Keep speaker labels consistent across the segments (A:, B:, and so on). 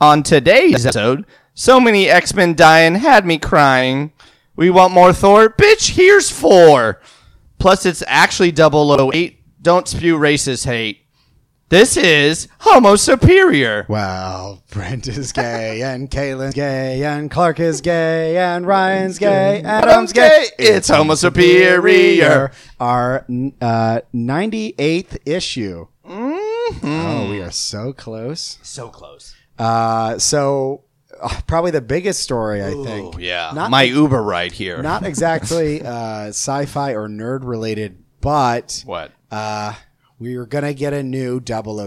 A: On today's episode, so many X Men dying had me crying. We want more Thor? Bitch, here's four. Plus, it's actually 008. Don't spew racist hate. This is Homo Superior.
B: Well, Brent is gay, and Caitlin's gay, and Clark is gay, and Ryan's gay, Adam's gay.
A: It's Homo Superior.
B: Our uh, 98th issue.
A: Mm-hmm.
B: Oh, we are so close.
A: So close.
B: Uh, so, uh, probably the biggest story, I think.
A: Oh, Yeah.
B: Not-
A: My Uber ride here.
B: Not exactly uh, sci fi or nerd related, but
A: what?
B: uh, we are going to get a new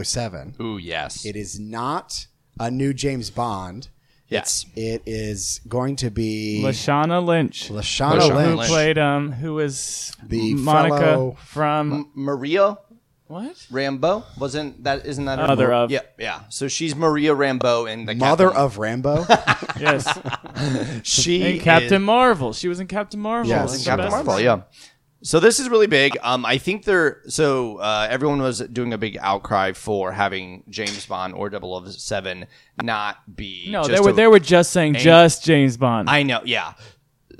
B: 007.
A: Ooh, yes.
B: It is not a new James Bond.
A: yes.
B: It is going to be
C: Lashana Lynch,
B: Lashana
A: Lashana
C: who
B: Lynch.
C: played um, who was
B: The
C: Monica
B: fellow-
C: from
A: Maria
C: what?
A: Rambo wasn't that? Isn't that her
C: Mother
A: name?
C: of.
A: Yeah, yeah. So she's Maria Rambo and the
B: Mother
A: Captain.
B: of Rambo.
C: Yes,
A: she
C: and
A: is-
C: Captain Marvel. She was in Captain Marvel.
B: Yes,
C: It's
A: and
C: the
A: Captain
C: best.
A: Marvel. Yeah. So this is really big. Um, I think they're so uh, everyone was doing a big outcry for having James Bond or 007 not be.
C: No,
A: just
C: they were
A: a-
C: they were just saying just James Bond.
A: I know. Yeah.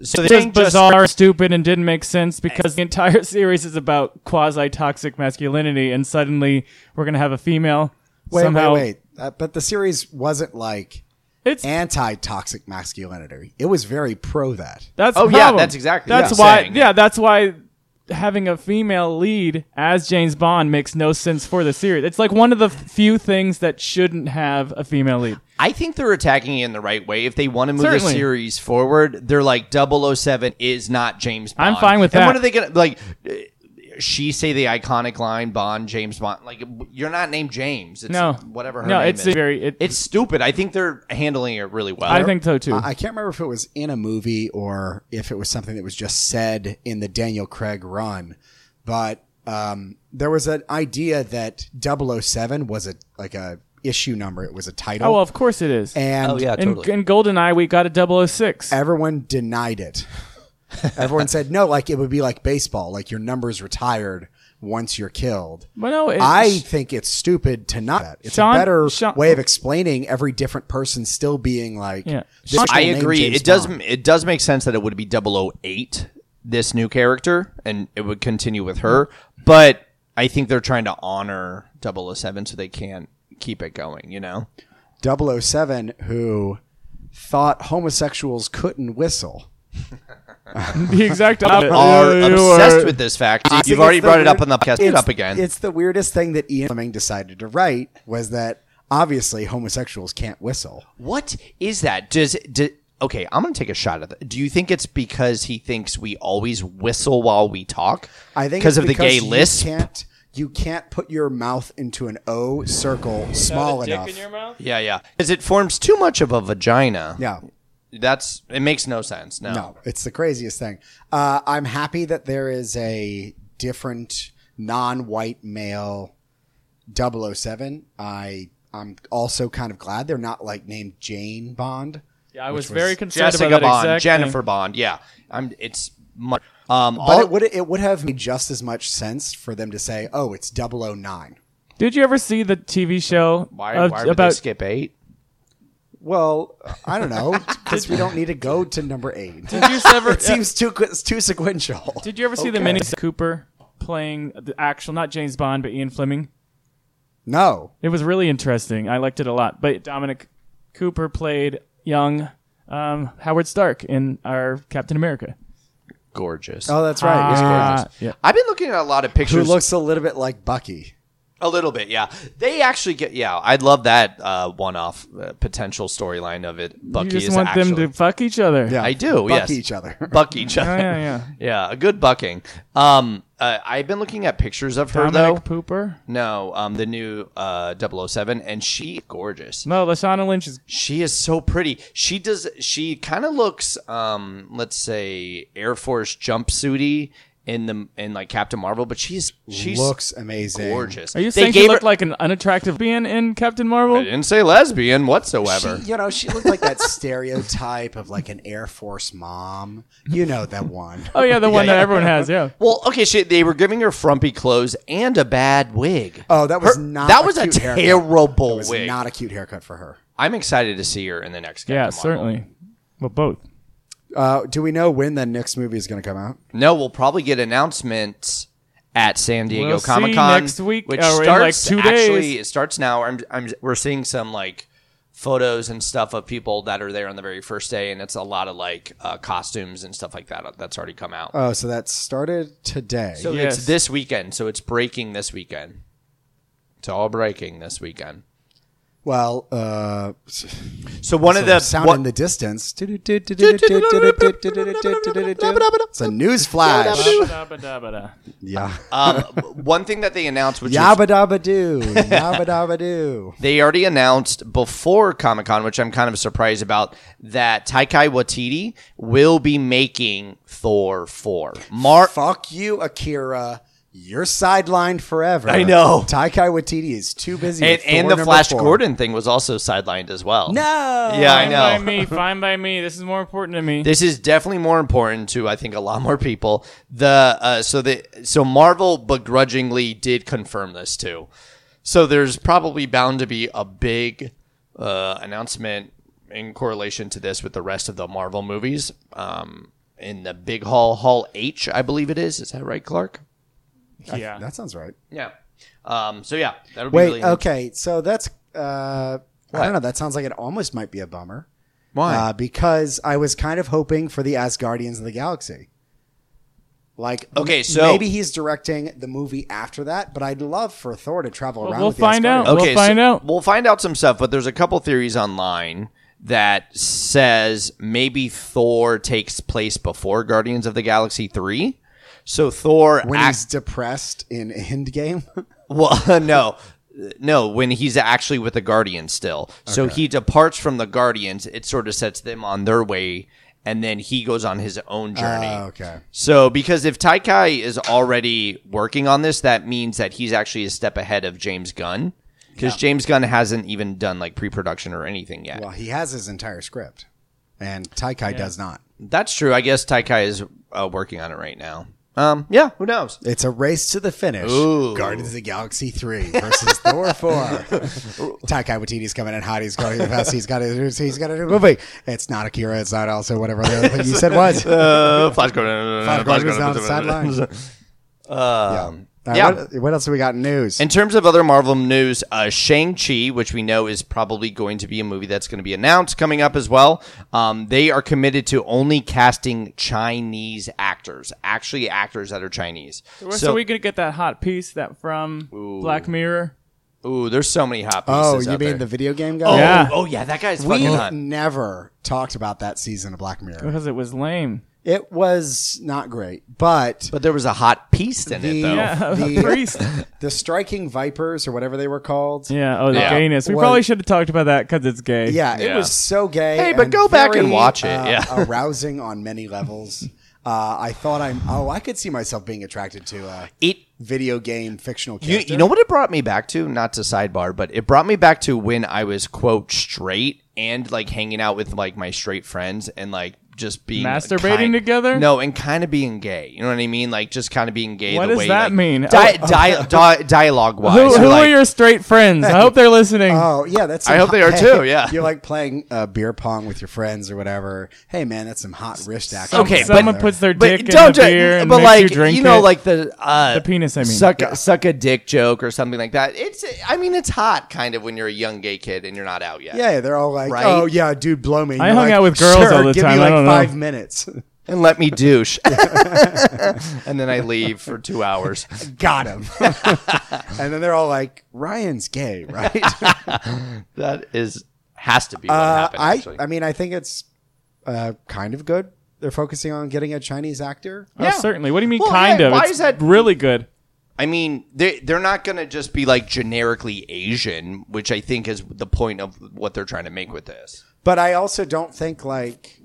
A: So they
C: just
A: think just
C: bizarre, stupid, and didn't make sense because the entire series is about quasi toxic masculinity, and suddenly we're gonna have a female.
B: wait,
C: somehow.
B: wait, wait. Uh, but the series wasn't like
C: It's
B: anti-toxic masculinity. It was very pro that.
C: That's
A: Oh,
C: the
A: yeah,
C: problem.
A: that's exactly
C: that's
A: what I'm
C: why
A: saying.
C: yeah that's why having a female lead as James Bond makes no sense for the series. It's like one of the few things that shouldn't have a female lead.
A: I think they're attacking it in the right way. If they want to move
C: Certainly.
A: the series forward, they're like 007 is not James Bond.
C: I'm fine with
A: And
C: that.
A: what are they going to like? uh, She say the iconic line Bond James Bond. Like you're not named James. It's
C: No.
A: whatever her
C: No,
A: name
C: it's
A: is. uh,
C: very- it-
A: it's stupid. I think they're handling it really well.
C: I think so too.
B: I I can't remember if it was in a movie or if it was something that was just said in the Daniel Craig run, but um, there was an idea that 007 was a like a issue number. It was a title.
C: oh, well, of course it is.
B: and
A: Oh yeah,
C: in,
A: totally.
C: in GoldenEye, we got a 006.
B: everyone denied it. Everyone said no, like it would be like baseball, like your number's retired once you're killed.
C: But no, it-
B: I think it's stupid to not. that. It's
C: Sean-
B: a better
C: Sean-
B: way of explaining every different person still being like.
C: Yeah.
B: this
A: I
B: will name
A: agree.
B: James
A: It does.
B: Bond.
A: It does make sense that it would be 008, this new character, and it would continue with her. But I think they're trying to honor 007 so they can't keep it going. You know.
B: 007 who thought homosexuals couldn't whistle.
C: the exact opposite.
A: are
C: You
A: obsessed
C: are-
A: with this fact.
B: Oh, I
A: You've
B: think
A: already
B: it's the
A: brought it up
B: weird-
A: on the podcast. Bring It
B: it's-
A: up again.
B: It's the weirdest thing that Ian Fleming decided to write was that obviously homosexuals can't whistle.
A: what is that? Does do, okay? I'm gonna take a shot at that. Do you think it's because he thinks we always whistle while we talk?
B: I think
A: because
B: it's
A: of the gay
B: you
A: lisp.
B: Can't, you can't put your mouth into an O circle small enough.
A: Yeah, yeah. Because it forms too much of a vagina.
B: Yeah.
A: that's it. Makes no sense. No.
B: No, it's the craziest thing. Uh, I'm happy that there is a different non-white male 007. I I'm also kind of glad they're not like named Jane Bond.
C: I was, very concerned
A: Jessica
C: about that
A: Bond,
C: exact
A: Jennifer
C: thing.
A: Bond. Yeah, I'm. It's much. Um,
C: Uh,
B: But
A: all-
B: it would it would have made just as much sense for them to say, "Oh, it's 009."
C: Did you ever see the TV show
A: why,
C: of-
A: why would
C: about
A: they skip eight?
B: Well, I don't know because we don't need to go to number eight.
C: Did you ever?
B: It seems too qu- it's too sequential.
C: Did you ever see the mini Cooper playing the actual, not James Bond, but Ian Fleming?
B: No,
C: It was really interesting. I liked it a lot. But Dominic Cooper played young um, Howard Stark in our Captain America.
A: Gorgeous.
B: oh, that's right. yeah.
C: Ah, yeah.
A: I've been looking at a lot of pictures.
B: Who looks a little bit like Bucky?
A: A little bit, yeah. They actually get, yeah. I'd love that uh, one-off uh, potential storyline of it. Bucky
C: You just
A: is
C: want
A: actually,
C: them to fuck each other. Oh,
B: Yeah,
A: I do,
B: Buck
A: yes.
B: each other.
A: buck each other.
C: yeah, yeah.
A: yeah, a good bucking. Um, uh, I've been looking at pictures of her though.
C: Dominic Pooper.
A: No, um, the new uh, 007, and she gorgeous.
C: No, Lashana Lynch is.
A: She is so pretty. She does. She kind of looks, um, let's say, Air Force jumpsuity in the in like Captain Marvel, but she's she's
B: looks amazing.
A: gorgeous.
C: Are you
A: They
C: saying
A: gave
C: she
A: her-
C: looked like an unattractive being in Captain Marvel?
A: I didn't say lesbian whatsoever.
B: She, you know, she looked like that stereotype of like an Air Force mom. You know that one.
C: Oh yeah, the one that
A: yeah.
C: everyone has. Yeah.
A: Well, okay, she, they were giving her frumpy clothes and a bad wig.
B: Oh, that was
A: Her-
B: not.
A: That
B: a
A: was a
B: cute haircut.
A: terrible
B: That was
A: wig.
B: Not a cute haircut for her.
A: I'm excited to see her in the next. Captain
C: yeah,
A: Marvel.
C: certainly. Well, both.
B: Uh, do we know when the next movie is going to come out?
A: No, we'll probably get announcements at San Diego
C: We'll see
A: Comic Con
C: next week,
A: which
C: or in,
A: starts
C: like, two days.
A: actually. It starts now. I'm, I'm, we're seeing some like photos and stuff of people that are there on the very first day, and it's a lot of like uh, costumes and stuff like that uh, that's already come out.
B: Oh, so that started today.
A: so
C: yes.
A: it's this weekend. So it's breaking this weekend. It's all breaking this weekend.
B: well, uh, so
A: So one of the
B: sound
A: what-
B: in the distance. It's a news flash. Yeah.
A: um, one thing that they announced, which is
B: Yabba dabba doo. Yabba dabba doo.
A: They already announced before Comic Con, which I'm kind of surprised about, that Taika Waititi will be making Thor 4. Mar-
B: Fuck you, Akira. You're sidelined forever.
A: I know.
B: Taika Waititi is too busy.
A: and,
B: with
A: and
B: Thor
A: the
B: number
A: Flash
B: four.
A: Gordon thing was also sidelined as well.
B: No.
A: Yeah, I
C: Fine by
A: know.
C: me. Fine by me. This is more important to me.
A: This is definitely more important to I think a lot more people. The uh, so the so Marvel begrudgingly did confirm this too. So there's probably bound to be a big uh, announcement in correlation to this with the rest of the Marvel movies. Um, in the big hall, Hall H, I believe it is. Is that right, Clark?
C: yeah.
B: That sounds right.
A: Yeah. Um, so yeah, that'll be
B: Wait,
A: really
B: okay. So that's uh I
A: What?
B: don't know, that sounds like it almost might be a bummer.
A: Why?
B: Uh, because I was kind of hoping for the Asgardians of the Galaxy. Like
A: Okay, so-
B: maybe he's directing the movie after that, but I'd love for Thor to travel around.
C: we'll
B: with the
C: find
B: Asgardians.
C: out. We'll find
A: so
C: out.
A: We'll find out some stuff, but there's a couple theories online that says maybe Thor takes place before Guardians of the Galaxy 3. So Thor
B: When
A: act-
B: he's depressed in Endgame,
A: well, no. No, when he's actually with the Guardians still. So he departs from the Guardians, it sort of sets them on their way and then he goes on his own journey.
B: Oh, okay.
A: So, because if Taikai is already working on this, that means that he's actually a step ahead of James Gunn. Because James Gunn hasn't even done like pre production or anything yet.
B: well, he has his entire script, and Taikai does not.
A: That's true. I guess Taikai is uh, working on it right now. Um, yeah, who knows?
B: It's a race to the finish.
A: Ooh.
B: Guardians of the Galaxy 3 versus Thor 4. Taika Waititi's coming in hot. He's going to the best. He's got a, he's got a new movie. It's not Akira. It's not also whatever the other thing you said was.
A: Uh, Flash
B: Flash
A: Gordon.
B: Gordon's on the sidelines.
A: Um,
B: Uh,
A: yeah.
B: What, what else do we got in news?
A: In terms of other Marvel news, uh, Shang-Chi, which we know is probably going to be a movie that's going to be announced coming up as well, um, they are committed to only casting Chinese actors, actually actors that are Chinese.
C: so, we could get that hot piece that from Black Mirror.
A: ooh, there's so many hot pieces.
B: oh, you
A: out
B: mean
A: there.
B: the video game
A: Oh,
B: guy?
C: Yeah.
A: oh yeah, that guy's
B: We
A: fucking hot.
B: never talked about that season of Black Mirror.
C: Because it was lame.
B: It was not great, but
A: But there was a hot piece in it
B: the,
A: though.
C: Yeah,
B: the-
C: priest.
B: the striking vipers or whatever they were called.
C: Yeah. Oh, the
A: Yeah.
C: gayness. We
B: What-
C: probably should have talked about that because it's gay.
B: Yeah, it
A: Yeah.
B: was so gay.
A: Hey, but go back and watch it,
B: uh,
A: yeah.
B: arousing on many levels. Uh, I thought I'm. Oh, I could see myself being attracted to a
A: It
B: video game fictional
A: E You,
B: character.
A: you know what it brought me back to? Not to sidebar, but it brought me back to when I was quote straight and like hanging out with like my straight friends and like just being
C: Masturbating
A: kind-
C: together?
A: No, and kind of being gay. You know what I mean? Like just kind of being gay.
C: What
A: the
C: does
A: way,
C: that
A: like,
C: mean?
A: Di- di- di- dialogue wise,
C: Who, who are
A: like, Uh,
C: your straight friends? I hope they're listening.
B: Oh yeah, that's.
A: I
B: some
A: hope they
B: hot-
A: are too, yeah.
B: you're like playing uh, beer pong with your friends or whatever. Hey man, that's some hot wrist action.
A: Okay,
B: right
A: but-
C: someone
B: there.
C: puts their
A: but
C: dick in
A: don't
C: the
A: ju-
C: beer and
A: but
C: makes
A: like
C: you drink
A: know
C: it.
A: like the uh,
C: The penis, I mean.
A: suck suck a dick joke or something like that. It's I mean it's hot kind of when you're a young gay kid and you're not out yet.
B: Yeah, they're all like,
A: Right?
B: "Oh yeah, dude, blow me."
C: I
B: You're
C: hung
B: like,
C: out with girls
B: "Sure,
C: all the
B: give
C: time.
B: Me
C: I
B: like
C: don't know."
B: five minutes.
A: and let me douche. and then I leave for two hours.
B: Got him. and then they're all like, "Ryan's gay, right?"
A: That is has to be what
B: Uh,
A: happened.
B: I,
A: actually.
B: I mean, I think it's uh, kind of good. They're focusing on getting a Chinese actor.
C: Oh,
A: Yeah.
C: certainly. What do you mean,
A: Well,
C: kind
A: yeah,
C: of?
A: why
C: it's
A: is that-
C: really good?
A: I mean, they they're not going to just be like generically Asian, which I think is the point of what they're trying to make with this.
B: But I also don't think like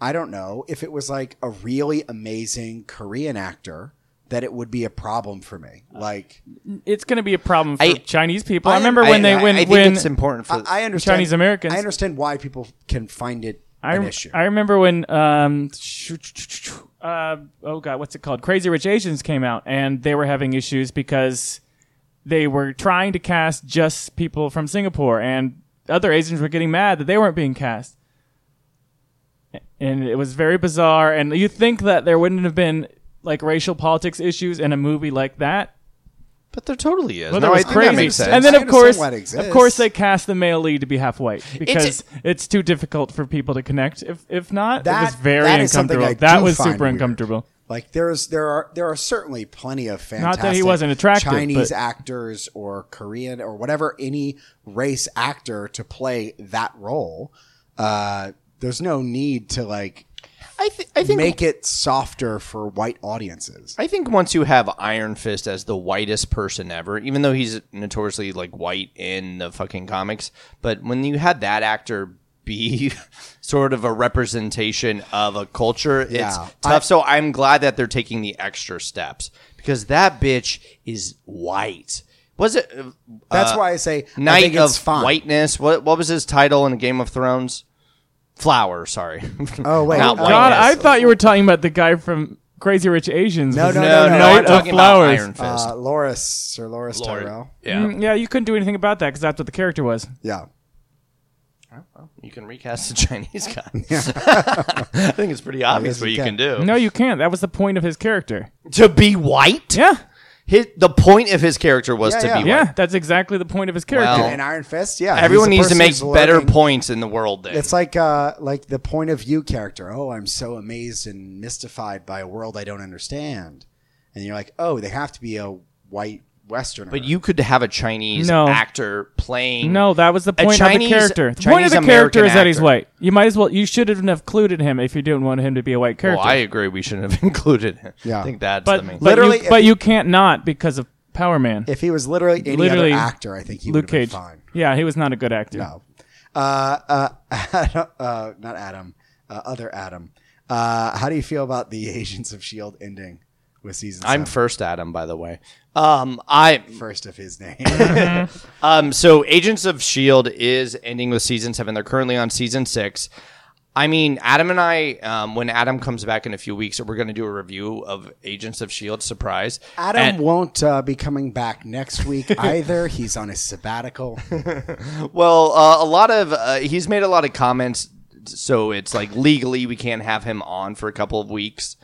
B: I don't know if it was like a really amazing Korean actor that it would be a problem for me. Like
C: It's going to be a problem for
A: I-
C: Chinese people. I,
A: am-
C: remember when
A: I-
C: they
A: I-
C: when
A: I think
C: when
A: it's important for
B: I understand
C: Chinese Americans.
B: I understand why people can find it
C: I,
B: an
C: rem-
B: issue.
C: I remember when um sh- sh- sh- sh- uh, oh god what's it called Crazy Rich Asians came out and they were having issues because they were trying to cast just people from Singapore and other Asians were getting mad that they weren't being cast. And it was very bizarre. And you think that there wouldn't have been like racial politics issues in a movie like that,
A: But there totally is.
C: but
A: no,
C: that
A: I
C: was
A: think
C: crazy.
A: that makes sense.
C: And then
B: I
C: of course,
B: understand why it
C: of course,
B: exists.
C: they cast the male lead to be half white because it's, too difficult for people to connect. If if not, it
B: That-
C: was very
B: that is something
C: uncomfortable.
B: I
C: that
B: do
C: was
B: find
C: super
B: weird.
C: uncomfortable.
B: Like there's there are there are certainly plenty of fantastic
C: that he wasn't attractive,
B: Chinese
C: but-
B: actors or Korean or whatever any race actor to play that role. Uh, there's no need to like
A: I, th- I think
B: make it softer for white audiences.
A: I think once you have Iron Fist as the whitest person ever, even though he's notoriously like white in the fucking comics, but when you had that actor be sort of a representation of a culture, it's
B: Yeah.
A: tough. so I'm glad that they're taking the extra steps because that bitch is white. Was it uh,
B: That's
A: uh,
B: why I say I
A: Knight
B: think
A: of
B: it's fine.
A: Whiteness? What what was his title in Game of Thrones? Flower, sorry.
B: Oh, wait.
A: Not
B: Oh,
A: whiteness.
C: God, I
B: yes.
C: thought you were talking about the guy from Crazy Rich Asians.
B: No,
C: with
B: no,
C: his-
A: no, no,
B: Knight
A: I'm
C: of
A: talking
C: Flowers.
A: about Iron Fist.
B: Uh, Loris, Sir Loris
A: Lord.
B: Tyrell.
A: Yeah.
C: Mm, yeah, you couldn't do anything about that because that's what the character was.
B: Yeah.
A: You can recast the Chinese guy. I think it's pretty obvious
B: guess
A: what
B: you
A: you can do.
C: No, you can't. That was the point of his character.
A: To be white?
C: Yeah,
A: His, the point of his character was
B: Yeah,
A: to
B: yeah.
A: be white.
C: yeah, that's exactly the point of his character.
A: Well,
B: And Iron Fist, yeah.
A: Oh. Everyone
B: he's
A: needs
B: the
A: to make
B: person who's
A: better
B: lurking.
A: points in the world then.
B: It's like uh, like the point of view character. Oh, I'm so amazed and mystified by a world I don't understand. And you're like, oh, they have to be a white Westerner.
A: but you could have a Chinese
C: No.
A: actor playing.
C: No, that was the
A: A
C: point
A: Chinese-
C: of the character. The point
A: Chinese
C: of the
A: American
C: character is that he's
A: actor.
C: white. You might as well. You should have included him if you didn't want him to be a white
A: Well,
C: character.
A: I agree. We shouldn't have included him.
B: Yeah.
A: I think that's
C: but
A: the main.
C: but
B: Literally,
C: you,
B: if
C: but
B: he-
C: you can't not because of Power Man.
B: if he was literally any
C: Literally,
B: other actor, I think he would
C: Luke
B: have been
C: Cage.
B: fine.
C: Yeah, he was not a good actor.
B: No. Uh, uh, Adam- uh, not Adam, uh, other Adam. Uh, how do you feel about the Agents of Shield E ending with season?
A: I'm
B: seven?
A: first Adam, by the way. Um, I
B: first of his name.
A: Um, so Agents of Shield E is ending with season seven. They're currently on season six. I mean, Adam and I, um, when Adam comes back in a few weeks, we're going to do a review of Agents of Shield. E Surprise,
B: Adam
A: And-
B: won't uh, be coming back next week either. He's on his sabbatical.
A: well, uh, a lot of uh, he's made a lot of comments, so it's like legally we can't have him on for a couple of weeks.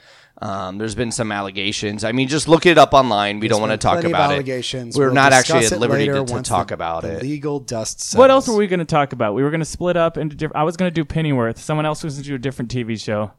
A: Um, there's been some allegations. I mean, just look it up online. We don't want to
B: been
A: talk
B: plenty of
A: about
B: allegations.
A: it. We're
B: We'll
A: not
B: discuss
A: actually at
B: it
A: liberty
B: later
A: to, to
B: once
A: talk
B: the-
A: about
B: the
A: it.
B: Legal dust. Settles.
C: What else were we going to talk about? We were going to split up into different. I was going to do Pennyworth. Someone else was going to do a different TV show.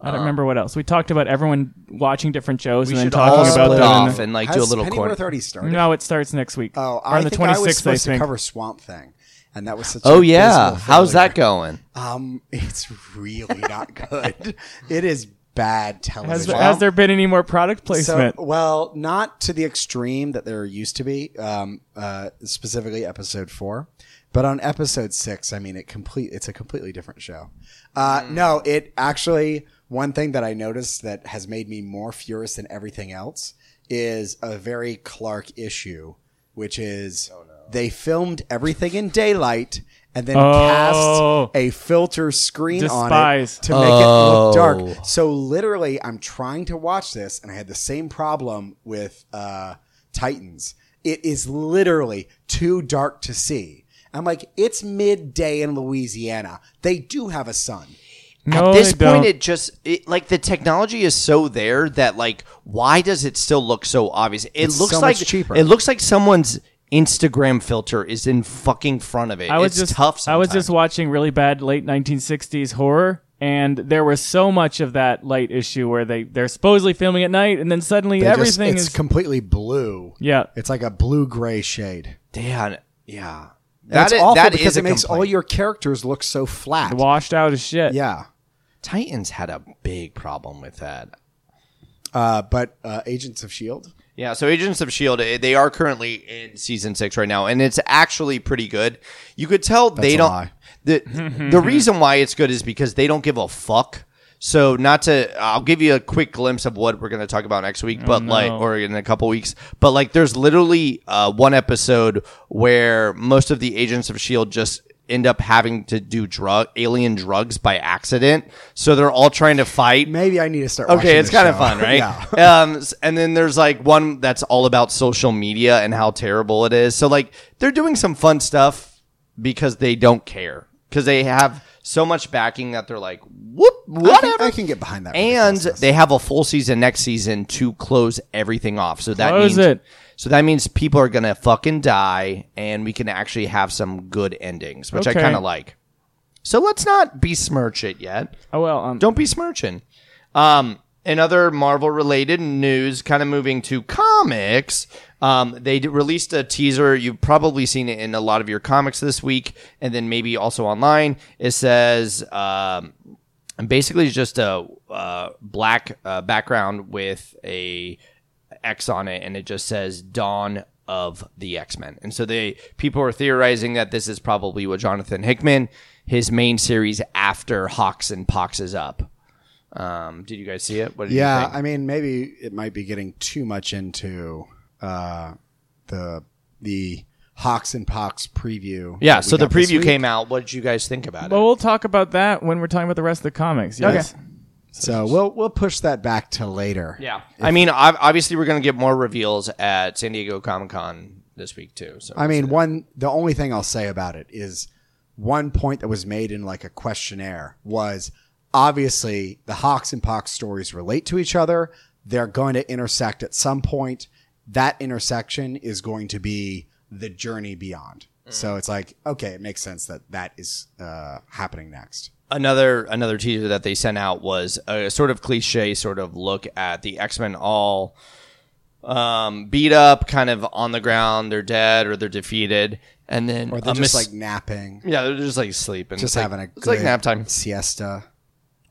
C: I
B: Uh,
C: don't remember what else. We talked about everyone watching different shows
A: We
C: and then
A: should
C: talking
A: all
C: about
A: split
C: them.
A: off and like
B: Has
A: do a little corner.
B: Pennyworth already started?
C: no, it starts next week.
B: Oh,
C: Or
B: I
C: on the
B: think I was
C: 26th, I
B: supposed to
C: think.
B: cover Swamp Thing, and that was such.
A: Oh
B: an
A: yeah,
B: abysmal
A: how's
B: failure.
A: that going?
B: Um, it's really not good. it is bad
C: Has,
B: television.
C: has there been any more product placement?
B: So, well, not to the extreme that there used to be, um, uh, specifically episode four, but on episode six, I mean, it complete. It's a completely different show. Uh, No, it actually one thing that I noticed that has made me more furious than everything else is a very Clark issue, which is they filmed everything in daylight. And then
C: Oh.
B: cast a filter screen on it
C: Despise.
B: to make it
A: Oh.
B: look dark. So literally, I'm trying to watch this, and I had the same problem with uh, Titans. It is literally too dark to see. I'm like, it's midday in Louisiana. They do have a sun.
C: no,
A: At this
C: they don't.
A: point, it just it, like the technology is so there that like, why does it still look so obvious? It looks
B: so
A: like
B: much cheaper.
A: It looks like someone's Instagram filter is in fucking front of it.
C: I was
A: it's
C: just
A: tough.
C: I was just
A: sometimes.
C: watching really bad late 1960s horror, and there was so much of that light issue where they they're supposedly filming at night, and then suddenly
B: They just-
C: everything
B: it's
C: is
B: completely blue.
C: yeah.
B: It's like a blue gray shade.
A: Dan, yeah.
B: That's
A: That is-
B: awful
A: that
B: because
A: is a
B: it makes all
A: complaint.
B: your characters look so flat.
C: washed out as shit.
B: Yeah.
A: Titans had a big problem with that.
B: Uh, but uh, Agents of S.H.I.E.L.D.
A: Yeah, so Agents of Shield, eh, they are currently in season six right now, and it's actually pretty good. You could tell they
B: a
A: don't.
B: lie.
A: The the reason why it's good is because they don't give a fuck. So not to, I'll give you a quick glimpse of what we're going to talk about next week, but like, or in a couple weeks, but like, there's literally uh, one episode where most of the Agents of Shield E just end up having to do drug alien drugs by accident. So they're all trying to fight.
B: Maybe I need to start watching
A: Okay, it's
B: this
A: kind of
B: show.
A: fun, right?
B: yeah.
A: um, s- and then there's like one that's all about social media and how terrible it is. So like they're doing some fun stuff because they don't care because they have so much backing that they're like, whoop,
B: I
A: whatever.
B: can, I can get behind that.
A: and
B: ridiculousness.
A: they have a full season next season to close everything off. So that
C: Close
A: means
C: it.
A: so that means people are gonna fucking die, and we can actually have some good endings, which
C: Okay.
A: I kind of like. So let's not besmirch it yet.
C: Oh well. Um,
A: Don't be smirching. Um, in other Marvel related news, kind of moving to comics, um, they d- released a teaser. You've probably seen it in a lot of your comics this week, and then maybe also online. It says um, basically it's just a uh, black uh, background with a X on it, and it just says Dawn of the X Men. And so they people are theorizing that this is probably what Jonathan Hickman, his main series after Hawks and Pox is up. Um, did you guys see it? What did you
B: yeah,
A: think?
B: I mean, maybe it might be getting too much into uh, the the Hawks and Pox preview.
A: yeah.
B: that we
A: So the
B: got this
A: preview
B: week.
A: came out. What did you guys think about
C: well,
A: it?
C: we'll talk about that when we're talking about the rest of the comics. Yes.
B: So we'll we'll push that back to later.
A: Yeah, I mean, ob- obviously we're going to get more reveals at San Diego Comic Con this week too. So
B: I mean, one the only thing I'll say about it is one point that was made in like a questionnaire was obviously the Hawks and Pox stories relate to each other. They're going to intersect at some point. That intersection is going to be the journey beyond. So it's like, okay, it makes sense that that is uh, happening next.
A: another another teaser that they sent out was a sort of cliche sort of look at the x-men all um, beat up kind of on the ground they're dead or they're defeated and then
B: Or they're
A: a
B: just
A: mis-
B: like napping,
A: yeah they're just like sleeping
B: just
A: It's like-
B: having a
A: it's like
B: good
A: nap time
B: siesta.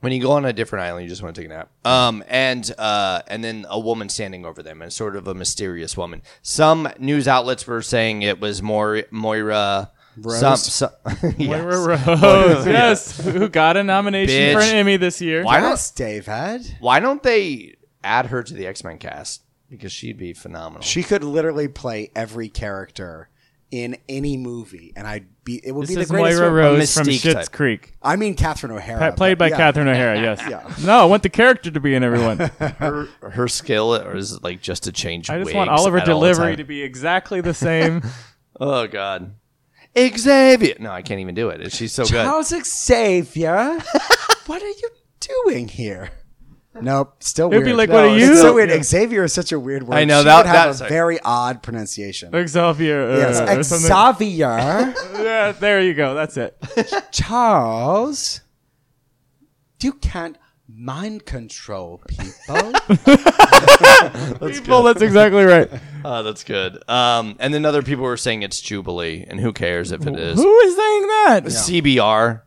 A: when you go on a different island you just want to take a nap um and uh and then a woman standing over them and sort of a mysterious woman some news outlets were saying it was Moira Moira
B: Rose?
A: some, some
C: Moira
A: yes.
C: Rose, yes, who got a nomination for
A: Bitch.
C: an Emmy this year.
A: Why don't
B: Yes, David.
A: Why don't they add her to the X Men cast? Because she'd be phenomenal.
B: She could literally play every character in any movie, and I'd be. It would
C: This
B: be the
C: is
B: greatest.
C: Moira
B: film.
C: Rose from
A: Mystique
C: Schitt's
A: type.
C: Creek,
B: I mean, Catherine O'Hara,
C: Pa- played by
B: but yeah.
C: Catherine O'Hara. Yes. No, I want the character to be in everyone.
A: Her, her skill is like just to change.
C: I just
A: wigs
C: want all of her
A: at all the
C: delivery to
A: time.
C: be exactly the same.
A: Oh God, Xavier! No, I can't even do it. She's so good.
B: How's Xavier? what are you doing here? Nope, still
C: It'd be
B: weird.
C: like, what are you-
B: It's so weird.
C: Yeah.
B: Xavier is such a weird word.
A: I know,
B: She
A: that-
B: would have
A: that's
B: a
A: like-
B: very odd pronunciation.
C: Xavier. Uh, or
B: yes,
C: something.
B: Xavier,
C: Yeah, there you go. That's it.
B: Charles. You can't mind control people.
C: People, that's exactly right.
A: Oh, that's good. Um, and then other people were saying it's Jubilee, and who cares if it is?
C: Who is saying that?
A: CBR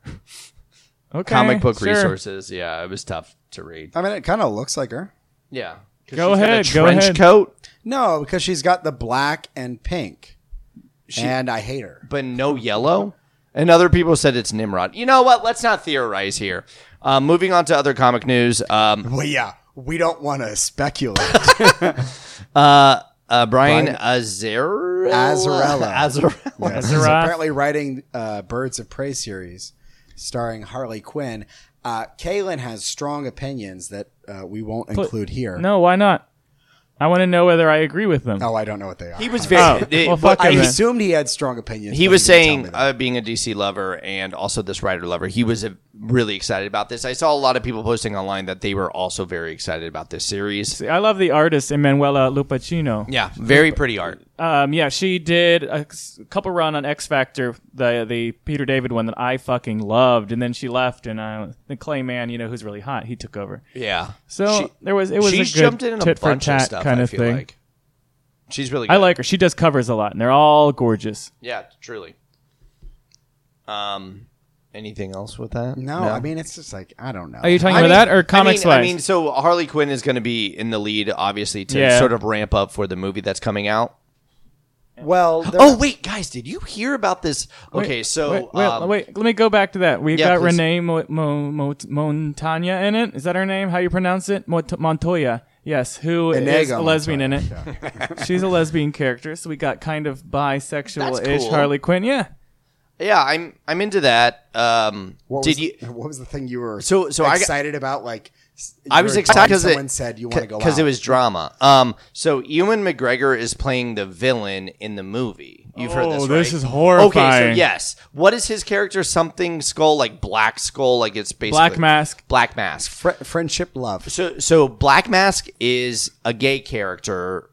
C: Okay,
A: comic book
C: sure.
A: resources. Yeah, it was tough to read.
B: I mean, it kind of looks like her.
A: Yeah. 'Cause she's
C: Go
A: got a
C: ahead, go
A: trench
C: ahead.
A: coat,
B: No, because she's got the black and pink. and I hate her.
A: but no yellow. And other people said it's Nimrod. You know what? Let's not theorize here. Um, moving on to other comic news. Um,
B: Well, yeah, we don't want to speculate.
A: Uh, uh, Brian
B: Brian-
A: Azarella.
B: Azarella.
A: Azarella.
B: Yes, He's apparently writing uh, Birds of Prey series starring Harley Quinn. Uh, Kaylin has strong opinions that uh, we won't include here.
C: No, why not? I want to know whether I agree with them.
B: Oh, I don't know what they are.
A: He was
C: Oh,
A: very. it-
C: well,
A: but
C: fuck
B: I
C: him then.
B: assumed he had strong opinions.
A: He
B: but
A: was
B: didn't tell me
A: saying,
B: that.
A: uh, being a DC lover and also this writer lover, he was uh, really excited about this. I saw a lot of people posting online that they were also very excited about this series.
C: I love the artist Emanuela Lupacino.
A: Yeah, very pretty art.
C: Um, yeah, she did a s- couple run on X Factor, the the Peter David one that I fucking loved, and then she left, and I the Clay Man, you know, who's really hot, he took over.
A: Yeah.
C: So
A: She-
C: there was it was
A: she's
C: a good
A: jumped in, a
C: tit for
A: bunch of
C: tat
A: stuff.
C: kind
A: I
C: of
A: feel
C: thing.
A: like she's really. Good.
C: I like her. She does covers a lot, and they're all gorgeous.
A: Yeah, truly. Um, anything else with that?
B: no, I mean, it's just like, I don't know.
C: Are you talking
A: I
C: about
A: mean-
C: that or comics
A: I mean, I
C: wise?
A: mean, so Harley Quinn is going to be in the lead, obviously, to
C: Yeah.
A: sort of ramp up for the movie that's coming out.
B: well, there-
A: Oh wait, guys, did you hear about this? Okay, so
C: wait, wait,
A: um,
C: wait, let me go back to that. We've
A: yeah,
C: got
A: please.
C: Renee Mo- Mo- Mo- Montoya in it. Is that her name? How you pronounce it? Mont- Montoya. Yes, who is
B: Inigo
C: a lesbian in it?
B: Montoya,
C: She's a lesbian character, so we got kind of bisexual-ish
A: That's cool.
C: Harley Quinn. Yeah,
A: yeah, I'm I'm into that. Um,
B: what
A: did
B: was,
A: you?
B: What was the thing you were
A: So- so I got-
B: excited about? Like,
A: I was
B: You're
A: excited
B: talking,
A: because
B: someone
A: it,
B: said you want to go
A: because
B: out.
A: it was drama. Um, so Ewan McGregor is playing the villain in the movie. You've heard this,
C: Oh,
A: right?
C: this is horrifying.
A: Okay, so yes, what is his character? Something skull, like black skull, like it's basically
C: Black Mask.
A: Black Mask.
B: Fri friendship, love.
A: So so Black Mask is a gay character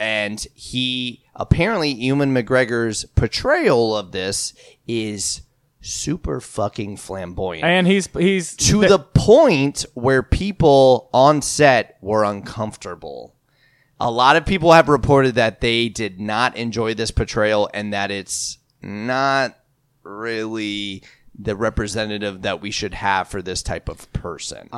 A: and he apparently Ewan McGregor's portrayal of this is super fucking flamboyant.
C: And he's he's
A: to the point where people on set were uncomfortable. A lot of people have reported that they did not enjoy this portrayal and that it's not really the representative that we should have for this type of person.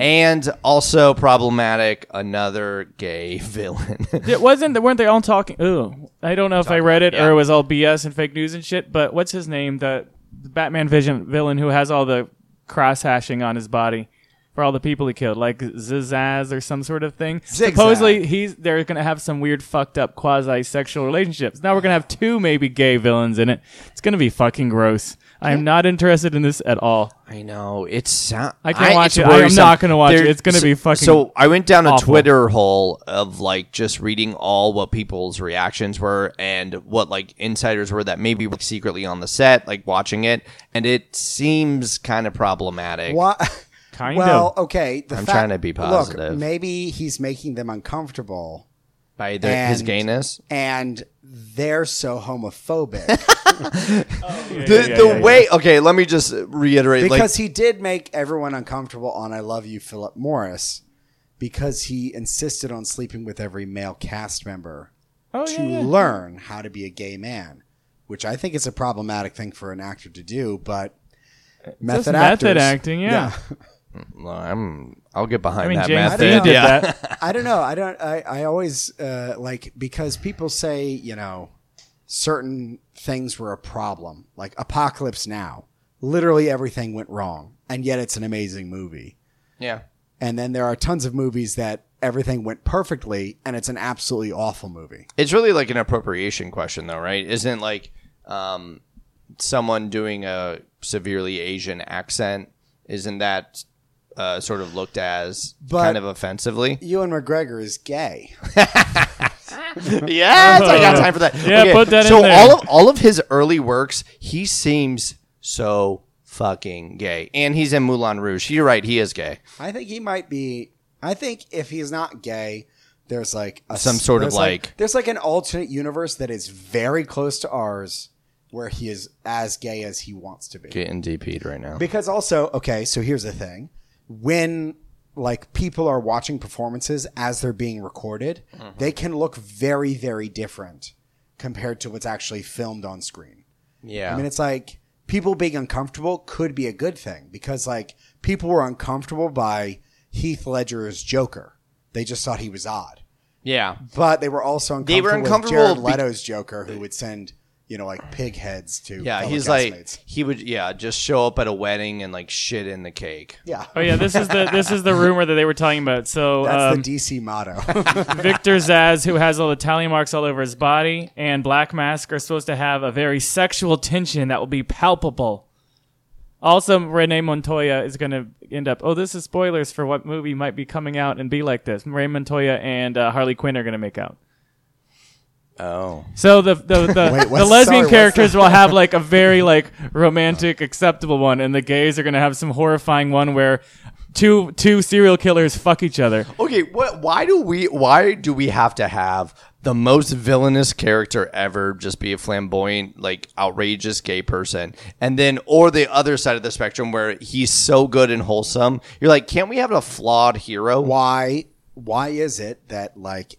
A: and also problematic, another gay villain.
C: It wasn't. they- Weren't they all talking? Ooh, I don't know if I read it
A: yeah.
C: or it was all BS and fake news and shit. But what's his name? The, the Batman vision villain who has all the cross hashing on his body for all the people he killed, like Zizaz or some sort of thing.
B: Zigzag.
C: Supposedly, he's they're gonna have some weird fucked up quasi sexual relationships. Now we're gonna have two maybe gay villains in it. It's gonna be fucking gross. I am not interested in this at all.
A: I know it's. so-
C: I can't
A: it's
C: watch it. I am
A: worrisome.
C: not gonna watch it.
A: There-
C: It's gonna
A: so-
C: be fucking
A: So I went down a
C: awful.
A: Twitter hole of like just reading all what people's reactions were and what like insiders were that maybe were secretly on the set, like watching it, and it seems kind of problematic.
B: What?
C: Kind
B: well,
C: of.
B: okay. The
A: I'm
B: fact-
A: trying to be positive.
B: Look, maybe he's making them uncomfortable,
A: by the, his
B: And-
A: gayness.
B: and they're so homophobic
A: The, the way okay, let me just reiterate. like,
B: because he did make everyone uncomfortable on "I Love You, Philip Morris," because he insisted on sleeping with every male cast member
C: Oh,
B: to
C: yeah, yeah.
B: learn how to be a gay man, which I think is a problematic thing for an actor to do, but. Method,
C: Just method
B: actors-
C: acting, yeah.
A: I'm, I'll get behind
C: I mean,
A: that
C: James
A: method.
C: Dean did
A: yeah.
C: that.
B: I don't know. I don't. I, I always uh, like because people say you know certain things were a problem, like Apocalypse Now. Literally everything went wrong, and yet it's an amazing movie.
A: yeah.
B: And then there are tons of movies that everything went perfectly, and it's an absolutely awful movie.
A: It's really like an appropriation question, though, right? Isn't like um, someone doing a severely Asian accent? Isn't that uh, sort of looked as
B: But-
A: kind of offensively?
B: Ewan McGregor is gay.
A: yes, I got time for that.
C: Yeah, put that in
A: so
C: there.
A: all of all of his early works, he seems so fucking gay, and he's in Moulin Rouge. You're right, he is gay.
B: I think he might be. I think if he's not gay, there's like a,
A: Some sort of
B: there's
A: like-
B: there's like an alternate universe that is very close to ours, where he is as gay as he wants to be.
A: Getting DP'd right now.
B: Because also, okay, so here's the thing: when like people are watching performances as they're being recorded,
A: Mm-hmm.
B: they can look very, very different compared to what's actually filmed on screen.
A: Yeah,
B: I mean, it's like people being uncomfortable could be a good thing because like people were uncomfortable by Heath Ledger's Joker. They just thought he was odd,
A: yeah.
B: but they were also uncomfortable,
A: They were
B: with Jared
A: uncomfortable be-
B: Leto's Joker, who would send you know like pig heads to
A: Yeah,
B: fellow
A: he's like
B: castmates.
A: he would yeah, just show up at a wedding and like shit in the cake.
B: yeah.
C: Oh yeah, this is the this is the rumor that they were talking about. So
B: That's
C: um,
B: the DC motto.
C: Victor Zaz, who has all the tally marks all over his body, and Black Mask are supposed to have a very sexual tension that will be palpable. Also, Renee Montoya is going to end up. Oh, this is spoilers for what movie might be coming out and be like this. Renee Montoya and uh, Harley Quinn are going to make out.
A: Oh.
C: So the the the,
B: Wait,
C: the
B: what's- sorry,
C: lesbian
B: what's
C: characters will have like a very like romantic, acceptable one, and the gays are gonna have some horrifying one where two two serial killers fuck each other.
A: Okay, what why do we why do we have to have the most villainous character ever just be a flamboyant, like outrageous gay person? And then or the other side of the spectrum where he's so good and wholesome. You're like, can't we have a flawed hero?
B: why why is it that like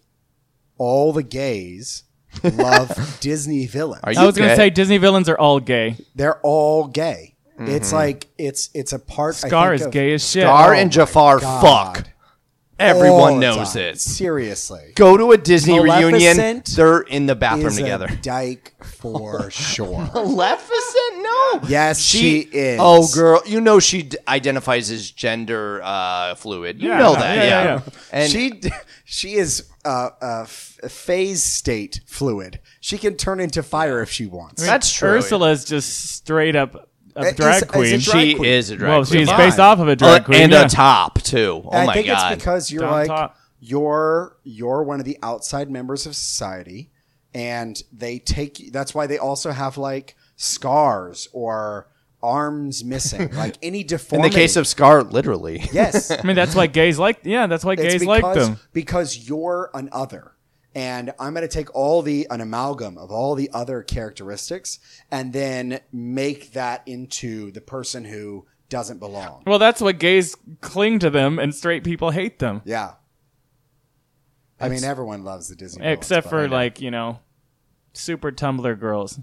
B: all the gays love Disney villains?
A: Are you-
C: I was gonna
A: gay?
C: say Disney villains are all gay.
B: They're all gay.
A: Mm-hmm.
B: It's like it's it's a part.
C: Scar
B: I
C: is
B: think, of
C: gay as shit.
A: Scar
B: Oh
A: and
B: my
A: Jafar
B: God.
A: fuck.
B: all
A: Everyone
B: the
A: knows
B: time.
A: it.
B: Seriously,
A: Go to a Disney reunion,
B: Maleficent
A: they're in the bathroom
B: is
A: together.
B: a dyke for sure.
A: Maleficent? No.
B: Yes, she is.
A: Oh, girl, you know she d- identifies as gender uh, fluid. You
C: Yeah,
A: know
C: yeah,
A: that, yeah.
C: yeah, yeah.
A: And she,
B: she she is uh, uh, f- phase state fluid. She can turn into fire if she wants.
A: Oh That's true.
C: Ursula is just straight up a
B: Is- is
C: drag
B: it
C: queen.
B: drag
A: she
B: queen.
A: is a drag
C: well,
A: queen.
C: she's
B: Fine.
C: based off of a drag
A: Uh,
C: queen.
A: and
C: yeah.
A: a top too. Oh
B: I
A: my
B: think
A: god!
B: it's because you're
C: Down
B: like
C: top.
B: you're you're one of the outside members of society, and they take. That's why they also have like scars or arms missing, like any
A: in
B: deformity.
A: the case of Scar, literally.
B: yes,
C: I mean, that's why gays like. Yeah, that's why
B: it's
C: gays
B: because,
C: like them.
B: because you're an other. And I'm going to take all the, an amalgam of all the other characteristics and then make that into the person who doesn't belong.
C: Well, that's why gays cling to them, and straight people hate them,
B: Yeah. I mean, everyone loves the Disney. villains,
C: except
B: but
C: for
B: I know.
C: like you know, super Tumblr girls.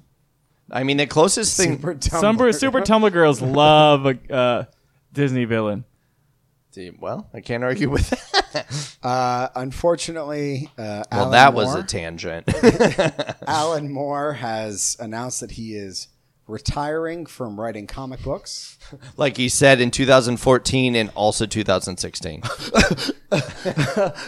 A: I mean, the closest thing.
B: Super Tumblr.
C: Some super Tumblr girls love a uh, Disney villain.
A: Well, I can't argue with that.
B: Uh, unfortunately, uh,
A: Well,
B: Alan
A: that
B: Moore,
A: was a tangent.
B: Alan Moore has announced that he is retiring from writing comic books.
A: like he said in 2014 and also 2016.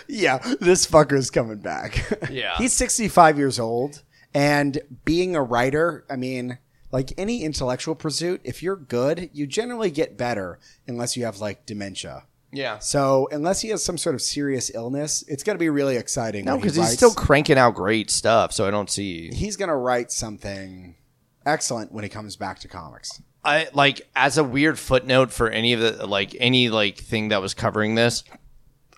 B: yeah, this fucker's coming back.
A: Yeah.
B: He's 65 years old and being a writer, I mean, like any intellectual pursuit, if you're good, you generally get better unless you have like dementia.
A: yeah.
B: So, unless he has some sort of serious illness, it's going to be really exciting.
A: No,
B: when he
A: because he's
B: writes.
A: still cranking out great stuff, so I don't see.
B: he's going to write something excellent when he comes back to comics.
A: I like as a weird footnote for any of the like any like thing that was covering this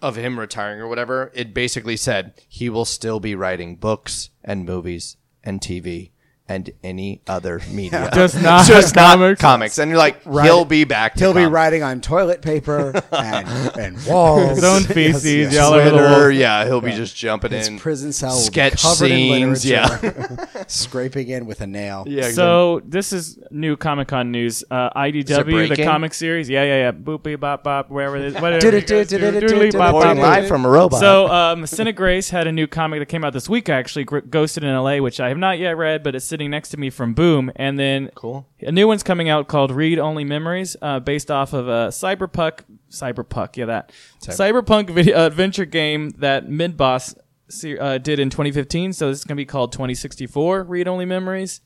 A: of him retiring or whatever, it basically said he will still be writing books and movies and TV and any other media.
C: Just not
A: Just not
C: comics.
A: comics. And you're like, he'll be back. To
B: He'll be
A: comics.
B: writing on toilet paper and, and walls.
C: His own
B: Yes,
C: feces,
B: yes.
C: y'all are- All over the
A: Twitter,
C: world.
A: yeah, he'll be just jumping
B: His
A: in
B: prison cell will be
A: sketch
B: covered in
A: scenes, yeah,
B: literature, scraping in with a nail.
A: yeah.
C: So this is new Comic Con news. Uh, IDW, the
A: breaking?
C: comic series. Yeah, yeah, yeah. Boopy bop bop. Wherever it is. Whatever.
B: Did
C: you
B: it, did
C: guys
B: it,
C: do.
B: did it,
C: Doodly
B: did it, did it,
C: bop, bop,
A: reporting
B: did
C: bop.
B: it.
A: live from a robot.
C: So, um, Cinna Grace had a new comic that came out this week, actually, Gr- Ghosted in LA, which I have not yet read, but it's sitting next to me from Boom. And then
A: Cool.
C: a new one's coming out called Read Only Memories, uh, based off of a cyberpunk, cyberpunk, yeah, that cyberpunk video uh, adventure game that Midboss se- uh, did in 2015. So this is gonna be called 2064 Read Only Memories.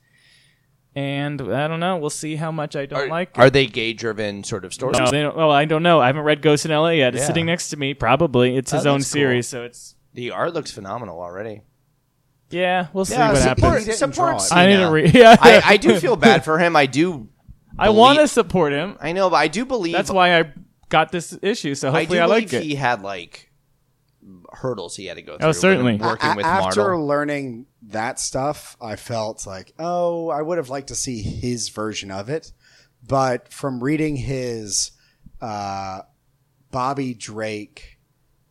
C: And I don't know. We'll see how much I don't
A: are,
C: like.
A: are they gay driven sort of stories?
C: No, they don't, well, I don't know. I haven't read Ghost in LA yet. It's
A: Yeah.
C: sitting next to me. Probably it's his
A: That
C: own
A: looks cool.
C: series, so it's
A: The art looks phenomenal already.
C: yeah, we'll see
A: Yeah,
C: what
A: support,
C: happens.
B: He didn't
A: support
B: draw it.
A: Cena.
C: I need to read. Yeah,
A: I, I do feel bad for him. I do.
C: I want to support him.
A: I know, but I do believe.
C: That's why I got this issue. So
A: I do
C: hopefully, I, like
A: believe
C: it. Oh,
A: he had like hurdles he had to go through.
C: certainly.
A: when working
B: A-
A: with
B: after
A: Marvel.
B: learning that stuff, I felt like, oh, I would have liked to see his version of it. But from reading his uh, Bobby Drake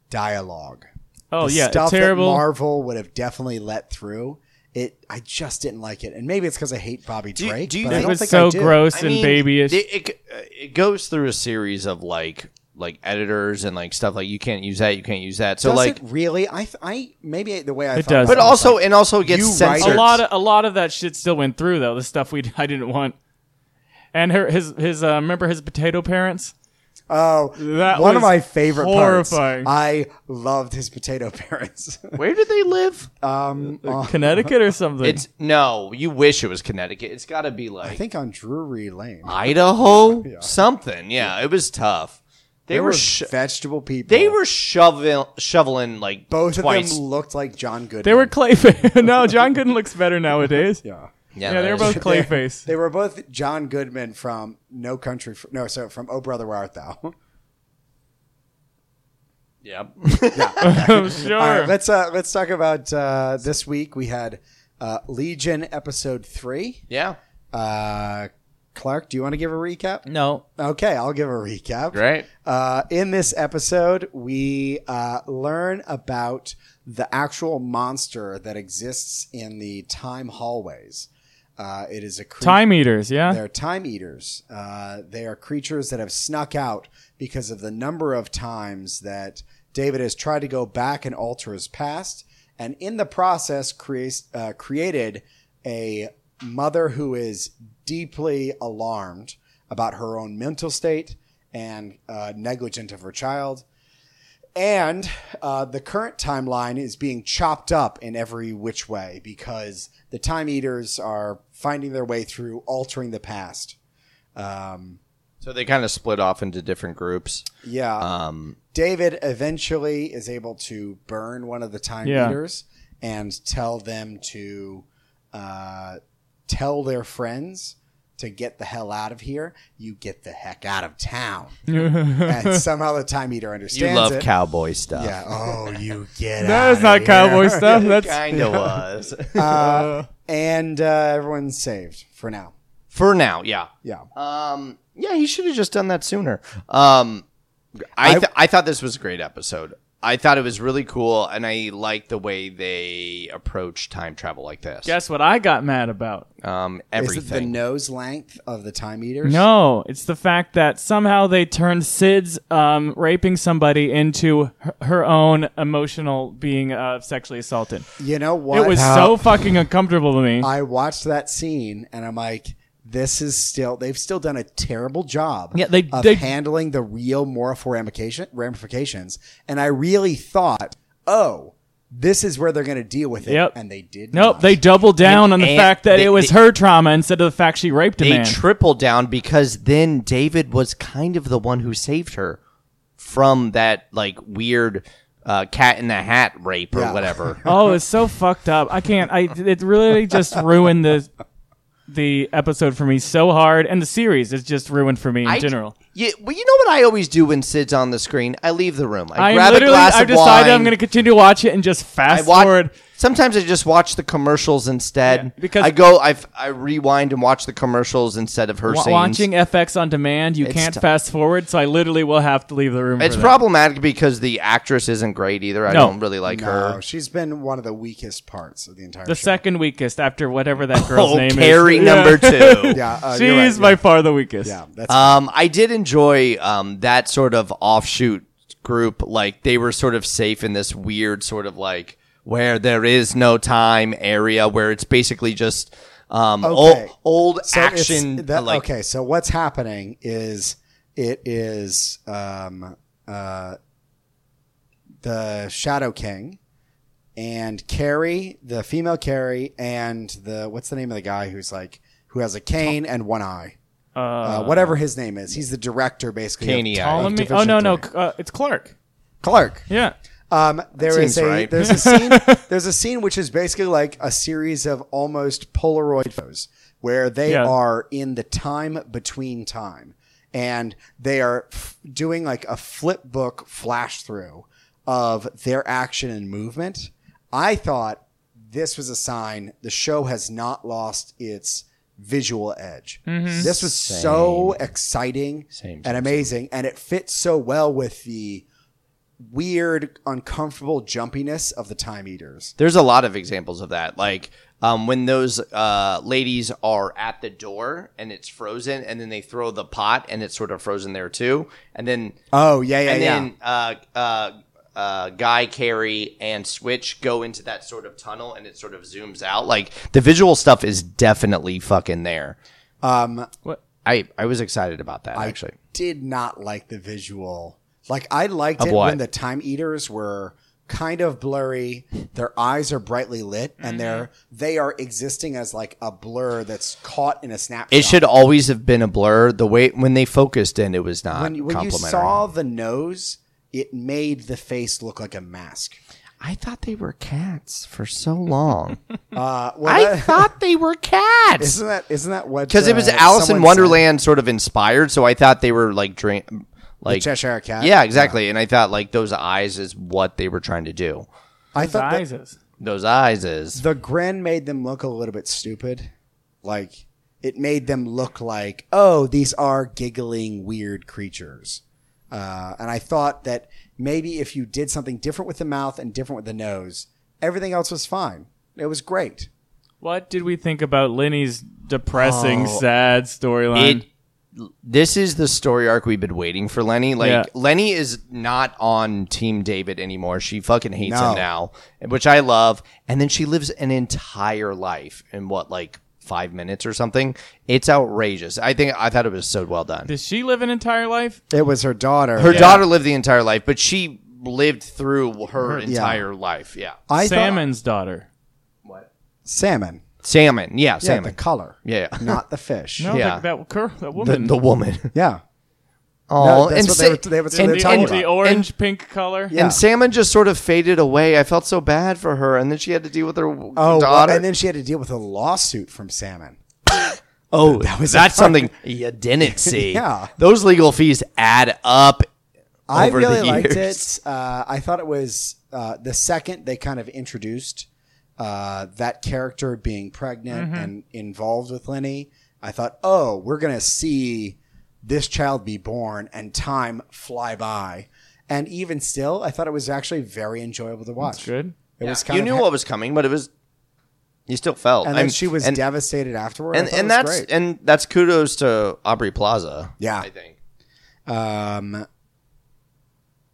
B: dialogue,
C: oh
B: the
C: yeah,
B: stuff
C: terrible.
B: that Marvel would have definitely let through. It, I just didn't like it, and maybe it's because I hate Bobby
A: Do-
B: Drake.
A: do you
B: but I
A: think-
C: it
B: don't
C: was
B: think
C: so
B: I do.
C: gross
A: I
C: and
A: mean,
C: babyish.
A: It, it, it goes through a series of like like editors and like stuff like you can't use that, you can't use that. So
B: Does
A: like,
B: it really? I, th- I maybe the way I
C: It
B: thought
C: does.
B: about
A: but
B: it was
A: also
B: like,
A: and also it gets
B: you
A: censored.
C: a
B: writers-
C: lot of a lot of that shit still went through though. The stuff we I didn't want. And her his his uh, remember his potato parents.
B: Oh,
C: That
B: one of
C: was
B: my favorite
C: horrifying.
B: parts. I loved his potato parents.
A: Where do they live?
B: um, uh,
C: Connecticut or something.
A: Uh-huh. It's no. You wish it was Connecticut. It's got to be
B: I
A: like
B: think on Drury Lane.
A: Idaho, something. Yeah, it was tough. They
B: They
A: were
B: were
A: sho-
B: vegetable people.
A: they were shoveling shoveling like
B: both
A: twice.
B: of them looked like John Goodman.
C: they were clayface. no, John Gooden looks better nowadays.
B: yeah.
C: yeah, they were
A: that's-
C: both clayface.
B: They were both John Goodman from No Country for, No, so from Oh Brother Where Art Thou.
A: Yeah.
C: I'm
B: All right,
C: sure.
B: let's uh, let's talk about uh, this week. We had uh, Legion episode three.
A: yeah.
B: Uh, Clark, do you want to give a recap?
C: no,
B: Okay, I'll give a recap.
A: Right.
B: Uh, in this episode, we uh, learn about the actual monster that exists in the time hallways. Uh, it is a creature.
C: time eaters. Yeah,
B: They're time eaters. Uh, they are creatures that have snuck out because of the number of times that David has tried to go back and alter his past, and in the process creates uh, created a mother who is deeply alarmed about her own mental state and uh, negligent of her child. And uh, the current timeline is being chopped up in every which way because the Time Eaters are finding their way through altering the past. Um,
A: So they kind of split off into different groups.
B: yeah.
A: Um,
B: David eventually is able to burn one of the time
C: Yeah.
B: meters and tell them to uh, tell their friends to get the hell out of here. You get the heck out of town. and somehow the time eater
A: you
B: understands
A: love
B: it.
A: cowboy stuff.
B: yeah. Oh, you get
C: That is
B: outta
C: not
B: here.
C: cowboy stuff. That's
A: Kinda was.
B: Uh, and uh, everyone's saved for now.
A: For now, yeah.
B: Yeah.
A: Um, yeah, he should have just done that sooner. Um, I th- I thought this was a great episode. I thought it was really cool, and I like the way they approach time travel like this.
C: guess what I got mad about.
A: Um,
B: Is it the
A: everything.
B: nose length of the time eaters?
C: No, it's the fact that somehow they turned Sid's um, raping somebody into her, her own emotional being uh, sexually assaulted.
B: You know what?
C: It was so fucking uncomfortable to me.
B: I watched that scene and I'm like, this is still they've still done a terrible job
C: Yeah, they-
B: of
C: they-
B: handling the real moral ramification ramifications. And I really thought, oh, this is where they're gonna deal with it.
C: Yep.
B: And they did
C: nope,
B: not.
C: they doubled down on the
A: and
C: fact that
A: they-
C: it was
A: they-
C: her trauma instead of the fact she raped a
A: they
C: man.
A: triple down because then David was kind of the one who saved her from that like weird uh, cat in the hat rape or
B: Yeah.
A: whatever.
C: oh, it's so fucked up. I can't. I it really just ruined the the episode for me so hard, and the series is just ruined for me in
A: I-
C: general.
A: Yeah, well, you know what I always do when Sid's on the screen? I leave the room. I,
C: I
A: grab a
C: literally,
A: glass
C: I've
A: of wine.
C: decided I'm going to continue to watch it and just
A: I
C: fast
A: watch.
C: forward.
A: Sometimes I just watch the commercials instead.
C: Yeah, because-
A: I go, I I rewind and watch the commercials instead of her
C: Wa-
A: scenes.
C: watching FX on demand, you
A: It's
C: can't
A: t-
C: fast forward, so I literally will have to leave the room.
A: it's
C: for that.
A: problematic because the actress isn't great either. I
C: No.
A: don't really like
B: no,
A: her.
B: she's been one of the weakest parts of the entire
C: the
B: show.
C: second weakest after whatever that girl's
A: Oh,
C: name
A: Carrie
C: is.
A: number two.
B: Yeah, uh,
C: she's
B: you're right,
C: by far the weakest.
B: Yeah, that's
A: Um, I did enjoy um, that sort of offshoot group. Like they were sort of safe in this weird sort of like where there is no time area where it's basically just um,
B: Okay.
A: ol- old
B: So it's-
A: action.
B: that-
A: like,
B: okay, so what's happening is it is um, uh, the Shadow King and Carrie, the female Carrie, and the what's the name of the guy who's like who has a cane and one eye,
C: Uh,
B: uh, whatever his name is. He's the director, basically. of-
A: Caney
B: of
A: Eye.
C: Ptolemy-
B: Division
C: Oh no, no,
B: Three.
C: uh, it's Clark.
B: Clark.
C: Yeah,
B: Um, there is
A: seems
B: a
A: right.
B: there's a scene there's a scene which is basically like a series of almost Polaroid photos where they
C: Yeah.
B: are in the time between time, and they are f- doing like a flip book flash through of their action and movement. I thought this was a sign the show has not lost its visual edge. This was so exciting
A: Mm-hmm. Same,
B: and amazing, and it fits so well with the weird, uncomfortable jumpiness of the Time Eaters.
A: There's a lot of examples of that. Like um, when those uh, ladies are at the door and it's frozen, and then they throw the pot and it's sort of frozen there too. And then
B: Oh yeah, yeah,
A: and
B: yeah.
A: then uh, uh, uh, Guy, Carrie, and Switch go into that sort of tunnel, and it sort of zooms out. Like the visual stuff is definitely fucking there.
B: um,
C: what?
A: I I was excited about that actually.
B: did not like the visual. Like I liked
A: Of
B: it
A: what?
B: when the Time Eaters were kind of blurry. Their eyes are brightly lit,
A: Mm-hmm.
B: and they're they are existing as like a blur that's caught in a snapshot.
A: It should always have been a blur. The way when they focused in, it was not
B: When, when you
A: complimentary.
B: saw the nose, it made the face look like a mask.
A: I thought they were cats for so long.
B: Uh, well,
A: I
B: that-
A: thought they were cats
B: isn't that isn't that what?
A: because it was
B: uh,
A: Alice in
B: someone
A: Wonderland sort of inspired. So I thought they were like dream,
B: said?
A: like
B: Cheshire Cat.
A: Yeah, exactly. And I thought like those eyes is what they were trying to do.
B: I thought that-
C: Sizes.
A: Those eyes is
B: the grin made them look a little bit stupid. Like it made them look like, oh, these are giggling weird creatures. Uh, and I thought that maybe if you did something different with the mouth and different with the nose, everything else was fine. It was great.
C: What did we think about Lenny's depressing, sad storyline?
A: Oh. it. This is the story arc we've been waiting for Lenny. Like
C: Yeah.
A: Lenny is not on Team David anymore. She fucking hates
B: No.
A: him now, which I love. And then she lives an entire life in what like five minutes or something. It's outrageous. I think I thought it was so well done.
C: Does she live an entire life?
B: It was her daughter.
A: Her daughter lived the entire life, but she lived through her
B: yeah.
A: entire life. Yeah.
B: I thought-
C: Salmon's daughter.
A: What?
B: salmon.
A: Salmon. Yeah,
B: Yeah,
A: salmon.
B: the color.
A: Yeah.
B: not the fish.
C: No,
A: Yeah.
C: like that, cur- that
A: the,
C: woman.
A: the woman.
B: Yeah.
A: Oh,
B: that's
A: and,
B: what
A: sa-
B: they were- they were- so
A: and-
B: they're
C: the,
B: talking
A: and-
B: about.
C: the orange pink color.
B: Yeah.
A: and salmon just sort of faded away. I felt so bad for her, and then she had to deal with her w-
B: Oh, well,
A: daughter.
B: and then she had to deal with a lawsuit from Salmon.
A: oh,
B: that was
A: that's
B: a-
A: something you didn't see.
B: Yeah.
A: those legal fees add up.
B: I
A: over
B: really
A: the
B: liked
A: years.
B: it. Uh, I thought it was uh, the second they kind of introduced uh, that character being pregnant
A: Mm-hmm.
B: and involved with Lenny. I thought, oh, we're gonna see this child be born and time fly by. And even still, I thought it was actually very enjoyable to watch.
C: Good.
B: It was kind
A: You
B: of
A: knew
B: ha-
A: what was coming, but it was you still felt.
B: and
A: I
B: then
A: mean,
B: she was
A: and,
B: devastated afterward. I
A: and,
B: thought it
A: and
B: was
A: that's
B: great.
A: and that's kudos to Aubrey Plaza.
B: Yeah.
A: I think.
B: Um,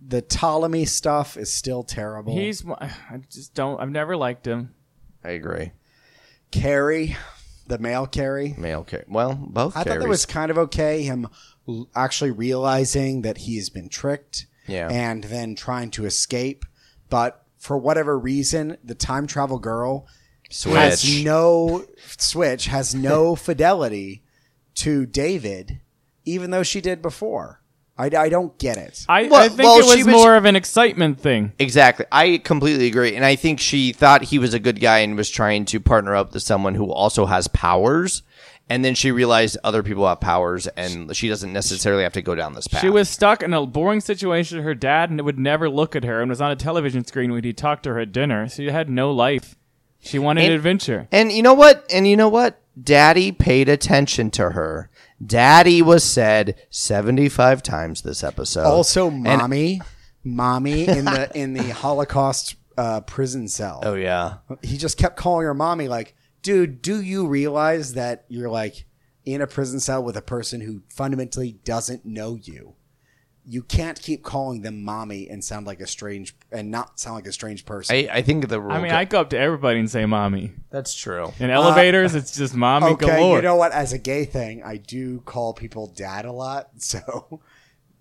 B: the Ptolemy stuff is still terrible.
C: He's. I just don't. I've never liked him.
A: I agree.
B: Carrie, the male Carrie.
A: Male care. Well, both.
B: I thought that
A: carries.
B: was kind of okay. Him l- actually realizing that he has been tricked,
A: Yeah.
B: and then trying to escape, but for whatever reason, the time travel girl has
A: Switch.
B: no switch has no fidelity to David, even though she did before. I, I don't get it.
C: I, I
A: Well-
C: think
A: well,
C: it was,
A: she was-
C: more of an excitement thing.
A: Exactly. I completely agree. And I think she thought he was a good guy and was trying to partner up to someone who also has powers. And then she realized other people have powers and she doesn't necessarily have to go down this path.
C: She was stuck in a boring situation. Her dad and would never look at her, and was on a television screen when he talked to her at dinner. She had no life. She wanted
A: And-
C: adventure.
A: And you know what? And you know what? Daddy paid attention to her. Daddy was said 75 times this episode.
B: also
A: And-
B: mommy, mommy in the in the Holocaust uh, prison cell.
A: oh, yeah.
B: he just kept calling her mommy like dude do you realize that you're like in a prison cell with a person who fundamentally doesn't know you you can't keep calling them mommy and sound like a strange and not sound like a strange person
A: I, I think the rule.
C: I mean, I go up to everybody and say "mommy."
A: that's true.
C: In elevators, it's just "mommy"
B: okay
C: galore.
B: you know what as a gay thing i do call people dad a lot so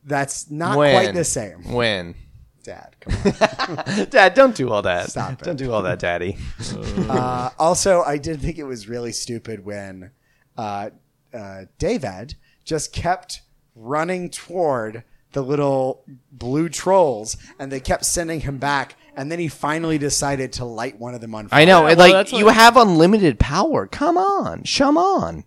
B: that's not quite the same
A: When?
B: dad come
A: Dad, don't do all that.
B: Stop it.
A: Don't do all that, Daddy.
B: on. uh, also i did think it was really stupid when uh, uh, David just kept running toward the little blue trolls, and they kept sending him back. And then he finally decided to light one of them on fire.
A: I know. and
C: well,
A: like
C: that's what-
A: you have unlimited power. Come on, come on.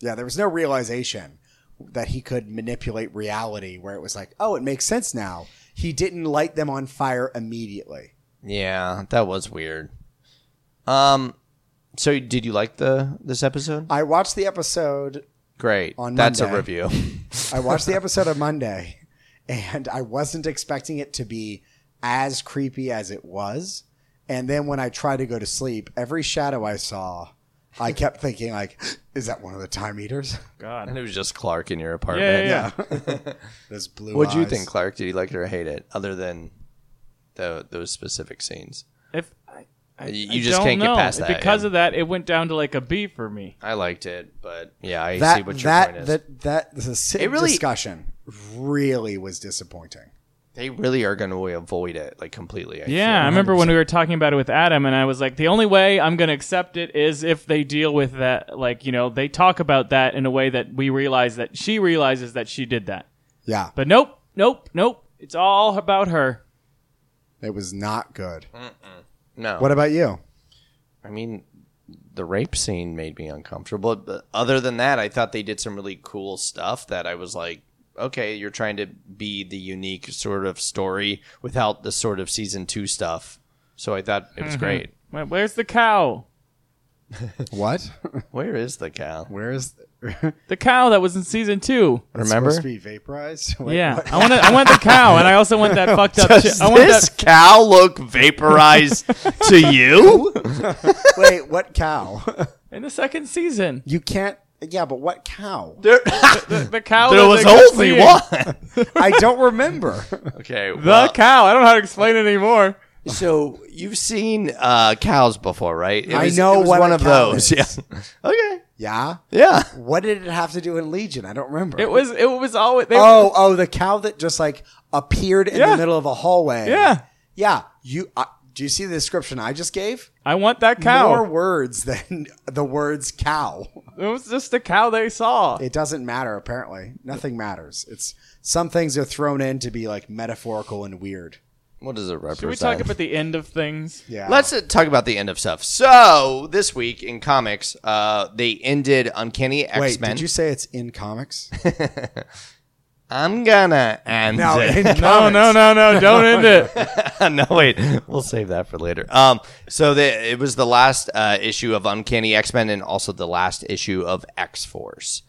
B: Yeah, there was no realization that he could manipulate reality, where it was like, oh, it makes sense now. He didn't light them on fire immediately.
A: Yeah, that was weird. Um, so did you like the this episode?
B: I watched the episode.
A: Great.
B: On
A: That's a
B: Monday.
A: review.
B: I watched the episode on Monday, and I wasn't expecting it to be as creepy as it was. And then when I tried to go to sleep, every shadow I saw, I kept thinking like, "Is that one of the time eaters?"
C: God.
A: and it was just Clark in your
C: Yeah,
A: apartment.
C: yeah, yeah.
B: Those blue.
A: What'd you
B: eyes.
A: think, Clark? Did you like it or hate it? Other than the, those specific scenes,
C: If I, I,
A: You
C: I
A: just
C: don't
A: can't get
C: know.
A: past that,
C: Because
A: yeah.
C: of that, it went down to like a B for me.
A: I liked it, but yeah, I
B: That
A: see what your point
B: that,
A: is.
B: that that the sit-
A: It really-
B: discussion really was disappointing.
A: they really are going to avoid it like completely. I
C: Yeah, I
A: feel.
C: remember when we were talking about it with Adam, and I was like, the only way I'm going to accept it is if they deal with that. Like, you know, they talk about that in a way that we realize that she realizes that she did that.
B: Yeah,
C: But nope, nope, nope. It's all about her.
B: it was not good.
A: Mm. no.
B: What about you?
A: I mean, the rape scene made me uncomfortable. But other than that, I thought they did some really cool stuff that I was like, okay, you're trying to be the unique sort of story without the sort of season two stuff. So I thought it was
C: Mm-hmm.
A: great.
C: Where- Where's the cow?
B: What?
A: Where is the cow?
B: Where is?
C: The cow that was in season two.
A: Remember?
B: supposed to be vaporized. Wait,
C: yeah,
B: what?
C: I want I want the cow, and I also want that fucked up.
A: Does
C: shit. I want
A: this
C: that.
A: cow look vaporized to you?
B: Wait, what cow?
C: In the second season,
B: You can't. Yeah, but what cow?
A: There,
C: the cow.
A: there
C: that
A: was
C: they kept
A: only
C: seeing.
A: one.
B: I don't remember.
A: Okay.
C: The cow. I don't know how to explain it anymore.
A: So you've seen uh, cows before, right? It
B: I know
A: it was
B: what a
A: one of
B: cow
A: those.
B: is.
A: Yeah. okay.
B: yeah.
A: Yeah.
B: What did it have to do in Legion? I don't remember.
C: It was it was always they,
B: oh, oh, the cow that just like appeared in
C: Yeah.
B: the middle of a hallway.
C: Yeah.
B: Yeah. You. I, Do you see the description I just gave?
C: I want that cow.
B: More words than the words cow.
C: It was just the cow they saw.
B: It doesn't matter, apparently. Nothing matters. It's some things are thrown in to be like metaphorical and weird.
A: What does it represent?
C: Should we talk about the end of things?
B: Yeah.
A: Let's uh, talk about the end of stuff. So this week in comics, uh, they ended Uncanny
B: Wait,
A: X Men.
B: did you say it's in comics?
A: I'm gonna end
B: No,
A: it.
B: in
C: No,
B: comics.
C: no, no, no! Don't end it.
A: no, wait. We'll save that for later. Um, so the, it was the last uh, issue of Uncanny X Men and also the last issue of X Force.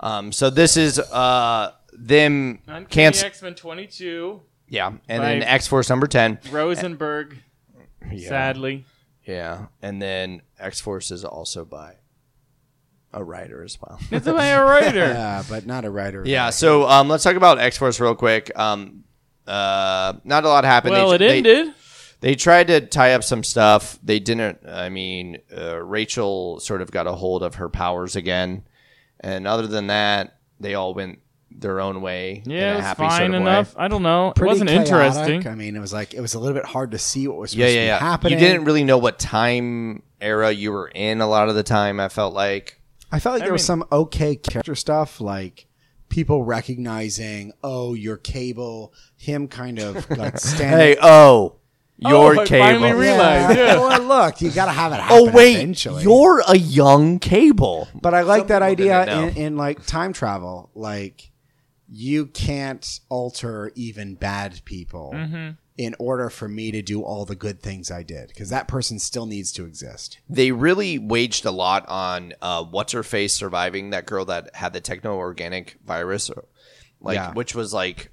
A: Um, so this is uh, them
C: Uncanny
A: cancel.
C: X Men twenty two.
A: Yeah, and then
C: Right.
A: X Force number ten.
C: Rosenberg. Sadly,
A: Yeah, and then X Force is also by a writer as well.
C: it's a writer.
B: Yeah, but not a writer.
A: yeah. So um, let's talk about X Force real quick. Um, uh, not a lot happened.
C: well,
A: They-
C: it
A: they-
C: ended.
A: They tried to tie up some stuff. They didn't. I mean, uh, Rachel sort of got a hold of her powers again, and other than that, they all went their own way.
C: Yeah,
A: in
C: it
A: a
C: was
A: happy
C: fine
A: sort of
C: enough.
A: Way.
C: I don't know. It
B: Pretty
C: wasn't
B: chaotic.
C: interesting.
B: I mean, it was like it was a little bit hard to see what was
A: Yeah,
B: supposed
A: yeah,
B: to be
A: yeah.
B: happening.
A: You didn't really know what time era you were in. A lot of the time, I felt like.
B: I felt like
C: I
B: there was
C: mean-
B: some okay character stuff, like people recognizing, oh, your cable, him kind of like standing.
A: Hey, oh,
C: Oh, I
A: your
C: finally
A: cable.
C: re- realized, yeah.
B: well, look, you gotta have it. Happen
A: oh wait,
B: eventually.
A: you're a young cable.
B: But I like that
A: Some people
B: idea
A: didn't
B: in, in like time travel. Like you can't alter even bad people
C: Mm-hmm.
B: in order for me to do all the good things I did because that person still needs to exist.
A: they really waged a lot on uh, what's her face surviving that girl that had the techno organic virus, or, like
B: Yeah.
A: which was like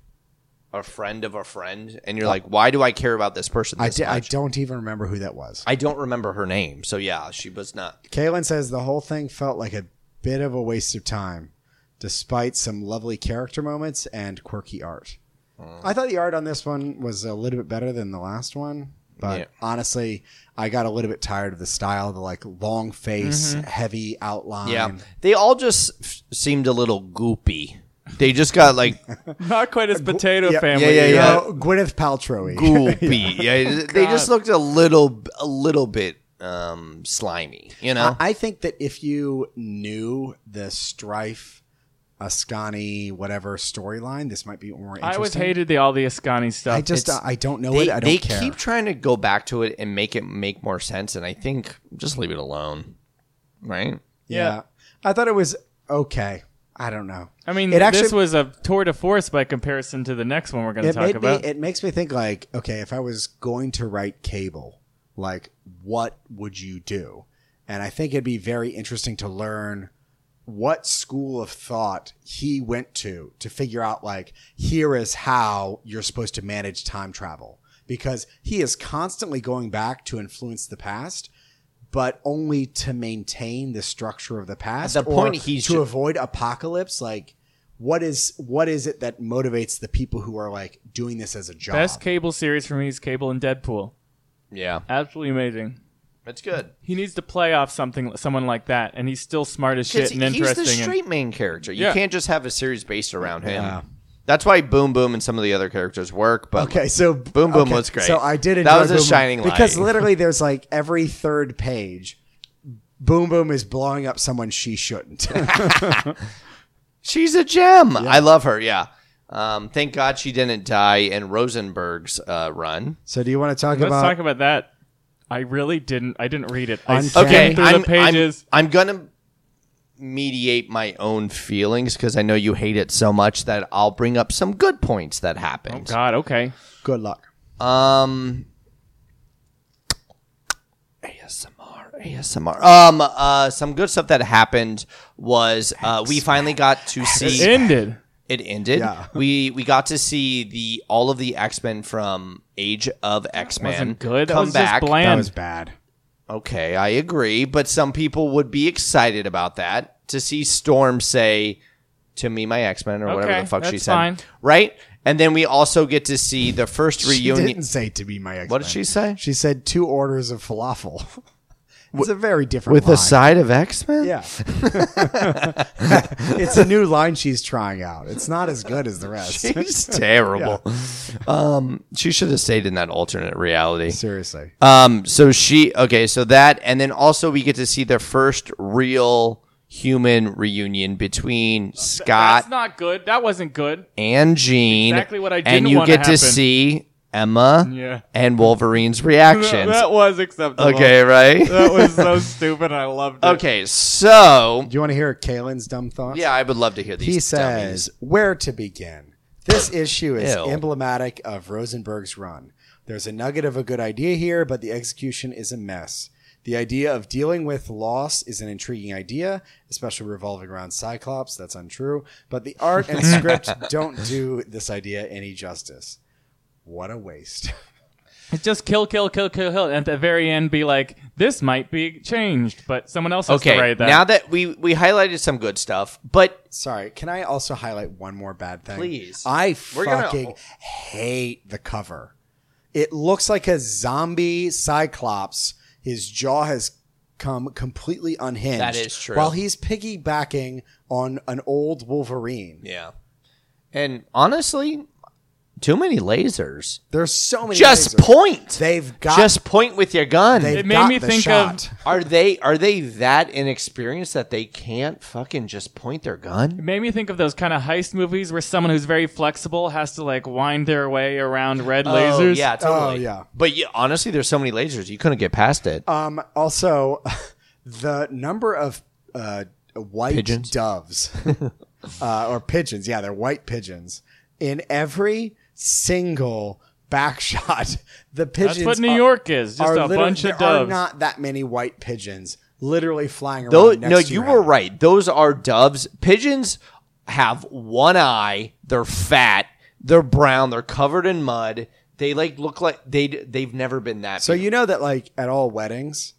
A: a friend of a friend, and you're like, why do I care about this person?
B: I
A: This
B: di- I
A: much?
B: don't even remember who that was.
A: I don't remember her name, so yeah, she was not.
B: Kaylin says the whole thing felt like a bit of a waste of time, despite some lovely character moments and quirky art. I thought the art on this one was a little bit better than the last one, but
A: Yeah.
B: honestly, I got a little bit tired of the style, the like long face, heavy outline.
A: Mm-hmm. Yeah, they all just f- seemed a little goopy. They just got like
C: Not quite as potato
B: Yeah,
C: family.
A: yeah, yeah,
B: You
A: yeah.
B: know, Gwyneth Paltrow.
A: goopy. yeah, they just looked a little, a little bit um slimy. You know,
B: I I think that if you knew the strife, Ascani, whatever storyline, this might be more interesting.
C: I always hated the all the Ascani stuff.
B: I just
A: It's-
B: I don't know
A: they,
B: it. I don't
A: they
B: care.
A: keep trying to go back to it and make it make more sense and i think just leave it alone right
B: Yeah.
C: Yeah.
B: I thought it was okay. I don't know.
C: I mean,
B: it actually
C: this was a tour de force by comparison to the next one we're going to
B: it
C: talk
B: made
C: about.
B: me it makes me think like, okay, if I was going to write cable, like what would you do? And I think it'd be very interesting to learn what school of thought he went to to figure out like here is how you're supposed to manage time travel because he is constantly going back to influence the past but only to maintain the structure of the past
A: At the
B: or
A: point he's
B: to
A: ju-
B: avoid apocalypse like what is what is it that motivates the people who are like doing this as a job
C: Best cable series for me is Cable and Deadpool.
A: yeah
C: Absolutely amazing.
A: it's good
C: He needs to play off something, someone like that, and he's still smart as shit
A: because
C: and
A: he's
C: interesting.
A: the
C: and-
A: straight main character you
C: Yeah.
A: can't just have a series based around him
B: Yeah.
A: that's why boom boom and some of the other characters work but
B: Okay, so
A: Boom Boom was great.
B: So I did
A: That
B: enjoy
A: was a
B: Boom Boom
A: shining light.
B: because literally there's like every third page, Boom Boom is blowing up someone she shouldn't.
A: she's a gem i love her yeah um, thank god she didn't die in rosenberg's uh, run
B: so do you want to talk
C: Let's
B: about?
C: talk about that. I really didn't. I didn't read it. I
B: Uncanny-
C: skimmed
A: okay
C: through
A: I'm,
C: the pages.
A: I'm, I'm gonna mediate my own feelings because i know you hate it so much that i'll bring up some good points that happened
C: God, okay.
B: good luck.
A: Um, ASMR, ASMR. Um, uh, some good stuff that happened was uh, we finally got to
C: It
A: see
C: ended.
A: it ended.
B: Yeah.
A: We we got to see the all of the X Men from Age of X Men
C: wasn't good. That
A: come
C: was just
A: back.
C: bland.
B: That
C: And-
B: was bad.
A: Okay, I agree, but some people would be excited about that to see Storm say to me my X Men or whatever
C: Okay,
A: the fuck she
C: that's
A: said,
C: fine.
A: right? And then we also get to see the first
B: She
A: reunion.
B: didn't say to be my. Ex-man.
A: What did she say?
B: She said two orders of falafel. It's a very different
A: With
B: line.
A: a side of X Men?
B: Yeah. it's a new line she's trying out. It's not as good as the rest.
A: She's terrible. Um, she should have stayed in that alternate reality.
B: Seriously.
A: Um, so she okay, so that and then also we get to see the first real human reunion between Scott
C: That's not good. That wasn't good.
A: and Jean.
C: exactly what I
A: And
C: didn't
A: you
C: wanna
A: get to
C: happen.
A: see Emma
C: Yeah.
A: and Wolverine's reactions.
C: That was acceptable.
A: okay, right?
C: That was so stupid. I loved it.
A: okay, so
B: Do you want to hear Kalen's dumb thoughts?
A: yeah, I would love to hear these.
B: He says, Where to begin? This issue is
A: Ew.
B: emblematic of Rosenberg's run. There's a nugget of a good idea here, but the execution is a mess. The idea of dealing with loss is an intriguing idea, especially revolving around Cyclops. That's untrue. But the art and script don't do this idea any justice. What a waste.
C: It's just kill, kill, kill, kill, kill, and at the very end be like, this might be changed, but someone else has
A: Okay,
C: to write that.
A: now that we we highlighted some good stuff, but
B: Sorry, can I also highlight one more bad thing?
A: Please.
B: I
A: We're gonna-
B: fucking hate the cover. It looks like a zombie cyclops. His jaw has come completely unhinged.
A: That is true.
B: While he's piggybacking on an old Wolverine.
A: yeah, and honestly, too many lasers.
B: There's so many.
A: Just
B: lasers.
A: point.
B: They've got.
A: just point with your gun.
B: they've
C: It made
B: got
C: me
B: the
C: think of-
B: shot.
A: are they are they that inexperienced that they can't fucking just point their gun?
C: Made me think of those kind of heist movies where someone who's very flexible has to like wind their way around red
A: Oh,
C: lasers.
A: yeah, totally.
B: Oh, yeah.
A: But yeah, honestly, there's so many lasers you couldn't get past it.
B: Um, also, the number of uh, white
A: Pigeons?
B: doves uh, or pigeons, yeah, they're white pigeons in every single back shot. The pigeons
C: That's what New
B: are-
C: York is. Just
B: are
C: a
B: literally-
C: bunch
B: there
C: of
B: Are
C: doves.
B: not that many white pigeons literally flying around.
A: Those,
B: next
A: no,
B: to
A: you
B: your
A: were
B: head.
A: right. Those are doves. Pigeons have one eye. They're fat. They're brown. They're covered in mud. They like look like they they've never been that.
B: So
A: big.
B: you know that, like at all weddings,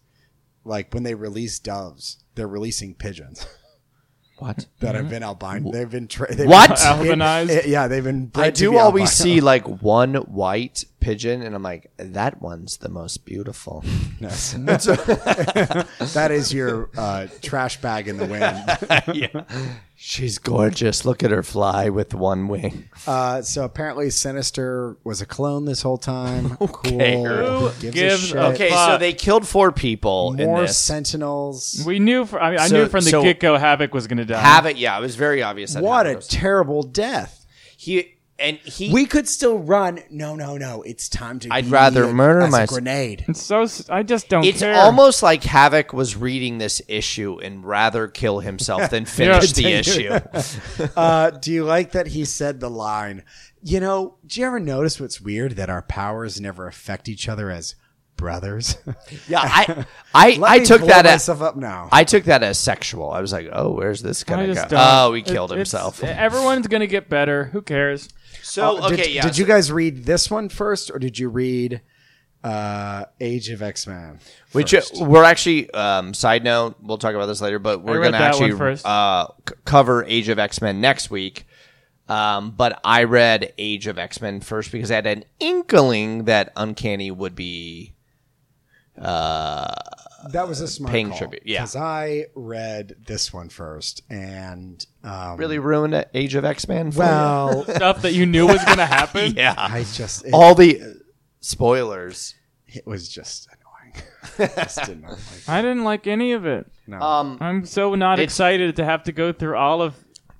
B: like when they release doves, they're releasing pigeons.
A: what?
B: That have been albino. They've been tra- they've
A: What?
B: been-
C: Mm-hmm. Albanized?
B: it- yeah, they've been. bred
A: I
B: to
A: do
B: be
A: always
B: albino.
A: see like one white pigeon, and I'm like, that one's the most beautiful.
B: That is your uh, trash bag in the wind.
A: She's gorgeous. Look at her fly with one wing.
B: Uh, so apparently, Sinister was a clone this whole time.
A: Okay.
B: Cool.
C: Who gives a
A: Okay,
C: Fuck.
A: so they killed four people in
B: More
A: this.
B: Sentinels.
C: We knew. For, I, mean, I
A: So-
C: knew from the
A: so-
C: get go Havoc was going to die.
A: Have it? Yeah, it was very obvious. That
B: what a
A: Havoc was-
B: terrible death.
A: he and he.
B: We could still run. No, no, no. It's time to.
A: I'd
B: be
A: rather
B: a-
A: murder
B: as a
A: mys-
B: grenade.
C: It's so s- I just don't
A: it's
C: care.
A: almost like Havoc was reading this issue and rather kill himself than finish the issue.
B: Uh, do you like that he said the line? You know, do you ever notice what's weird that our powers never affect each other as brothers?
A: Yeah, I I,
B: Let
A: I
B: me
A: took
B: blow
A: that as
B: myself up now.
A: I took that as sexual. I was like, oh, where's this
C: I
A: gonna go?
C: just don't.
A: Oh, he
C: It-
A: killed
C: it's- e,
A: himself.
C: Everyone's going to get better. Who cares?
A: So
B: Oh, Did-
A: Oh, okay, yeah.
B: Did
A: so-
B: you guys read this one first, or did you read uh, Age of X Men?
A: Which uh, we're actually um, side note. We'll talk about this later, but we're
C: read
A: going to
C: that one
A: actually
C: first.
A: Uh, c- cover Age of X Men next week. Um, but I read Age of X Men first because I had an inkling that Uncanny would be.
B: That was a smart
A: Paying
B: call,
A: tribute, yeah.
B: 'cause I read this one first, and um,
A: Really ruined a- Age of X Men.
B: well,
C: Stuff that you knew was going to happen.
A: yeah,
B: I just it,
A: all the spoilers.
B: it was just annoying. I just did not like it.
C: I didn't like any of it.
B: No.
A: Um,
C: I'm so not excited to have to go through all of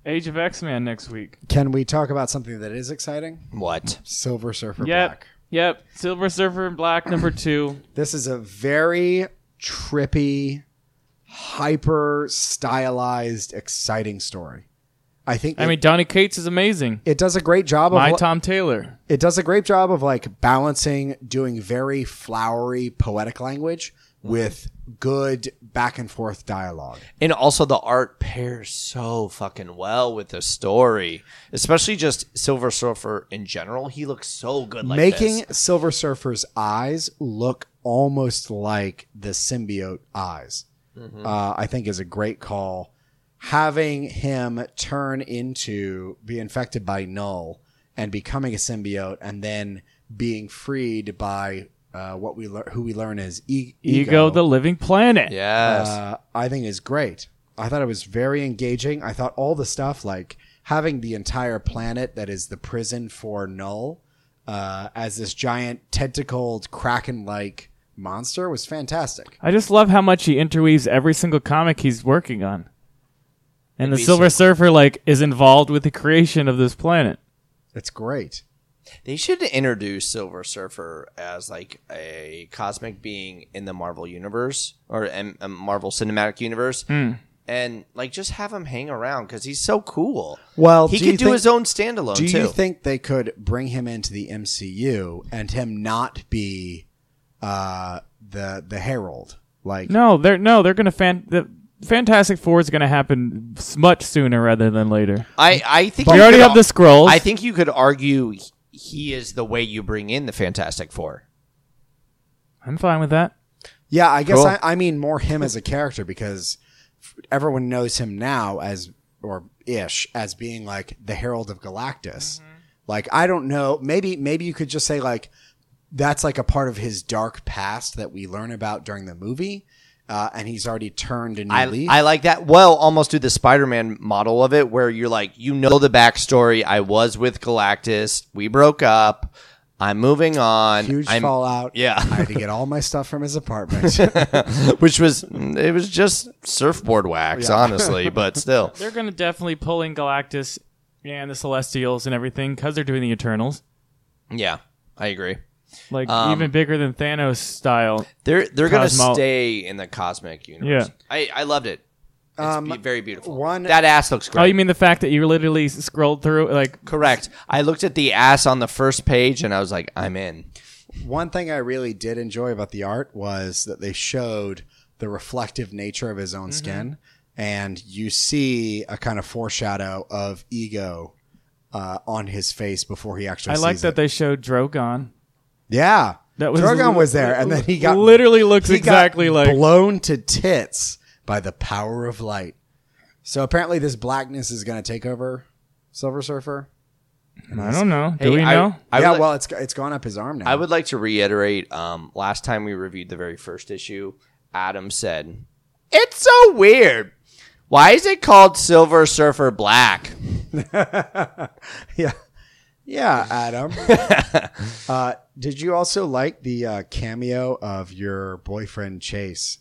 C: Age of X Men next week.
B: Can we talk about something that is exciting?
A: what?
B: Silver Surfer
C: Yep.
B: Black.
C: Yep. Silver Surfer Black number two.
B: This is a very trippy, hyper stylized, exciting story. I think.
C: I
B: it-
C: mean, Donny Cates is amazing.
B: it does a great job of
C: My
B: li-
C: Tom Taylor.
B: it does a great job of like balancing doing very flowery poetic language
A: Mm-hmm.
B: with good back and forth dialogue.
A: And also the art pairs so fucking well with the story, especially just Silver Surfer in general. He looks so good. Like
B: Making
A: this.
B: Silver Surfer's eyes look almost like the symbiote eyes,
A: Mm-hmm.
B: uh, I think is a great call. Having him turn into be infected by Null and becoming a symbiote, and then being freed by uh, what we learn, who we learn as e-
C: Ego, the living planet.
D: Yes.
B: uh, I think is great. I thought it was very engaging. I thought all the stuff like having the entire planet that is the prison for Null uh, as this giant tentacled kraken-like monster was fantastic.
C: I just love how much he interweaves every single comic he's working on. And the
A: be
C: Silver Surfer like is involved with the creation of this planet.
B: It's great.
A: They should introduce Silver Surfer as like a cosmic being in the Marvel universe or M- M- Marvel Cinematic Universe,
B: Hmm.
A: and like just have him hang around because he's so cool.
B: Well,
A: he
B: do
A: could
B: you
A: do
B: think-
A: his own standalone
B: Do
A: too.
B: you think they could bring him into the MCU and him not be uh, the the Herald? Like
C: No, they're no, they're gonna fan the Fantastic Four is gonna happen s- much sooner rather than later.
A: I I think
C: We
A: you
C: already
A: could
C: have
A: ar-
C: the scrolls.
A: I think you could argue he- he is the way you bring in the Fantastic Four.
C: I'm fine with that.
B: Yeah, I guess
A: Cool.
B: I, I mean more him as a character because f- everyone knows him now as or ish as being like the Herald of Galactus. Like I don't know, maybe maybe you could just say like that's like a part of his dark past that we learn about during the movie, uh, and he's already turned a new
A: I,
B: leaf.
A: I like that. Well, almost do the Spider-Man model of it, where you're like, you know the backstory. I was with Galactus. We broke up. I'm moving on.
B: Huge
A: I'm-
B: fallout.
A: Yeah.
B: I had to get all my stuff from his apartment.
A: which was it was just surfboard wax, honestly, but still.
C: They're gonna definitely pull in Galactus and the Celestials and everything because they're doing the Eternals,
A: Yeah, I agree.
C: like
A: Um,
C: even bigger than Thanos style.
A: They're they're
C: Cosmo-
A: gonna stay in the cosmic universe.
C: Yeah.
A: I, I loved it. It's
B: Um,
A: be- very beautiful.
B: one-
A: that ass looks great.
C: Oh, you mean the fact that you literally s- scrolled through like
A: correct? I looked at the ass on the first page and I was like, I'm in.
B: One thing I really did enjoy about the art was that they showed the reflective nature of his
C: Mm-hmm.
B: own skin, and you see a kind of foreshadow of ego uh, on his face before he actually.
C: I like
B: sees
C: that
B: it.
C: they showed Drogon.
B: yeah,
C: That was
B: Drogon was there, and then he got
C: literally looks
B: he got
C: exactly like
B: blown to tits by the power of light. So apparently, this blackness is going to take over Silver Surfer.
C: I don't know. Do
A: Hey,
C: we
A: I-
C: know?
A: I
B: yeah,
A: would-
B: well, it's it's gone up his arm now.
A: I would like to reiterate um, last time we reviewed the very first issue, Adam said, It's so weird. Why is it called Silver Surfer Black?
B: Yeah. Yeah, Adam. uh, did you also like the uh, cameo of your boyfriend Chase?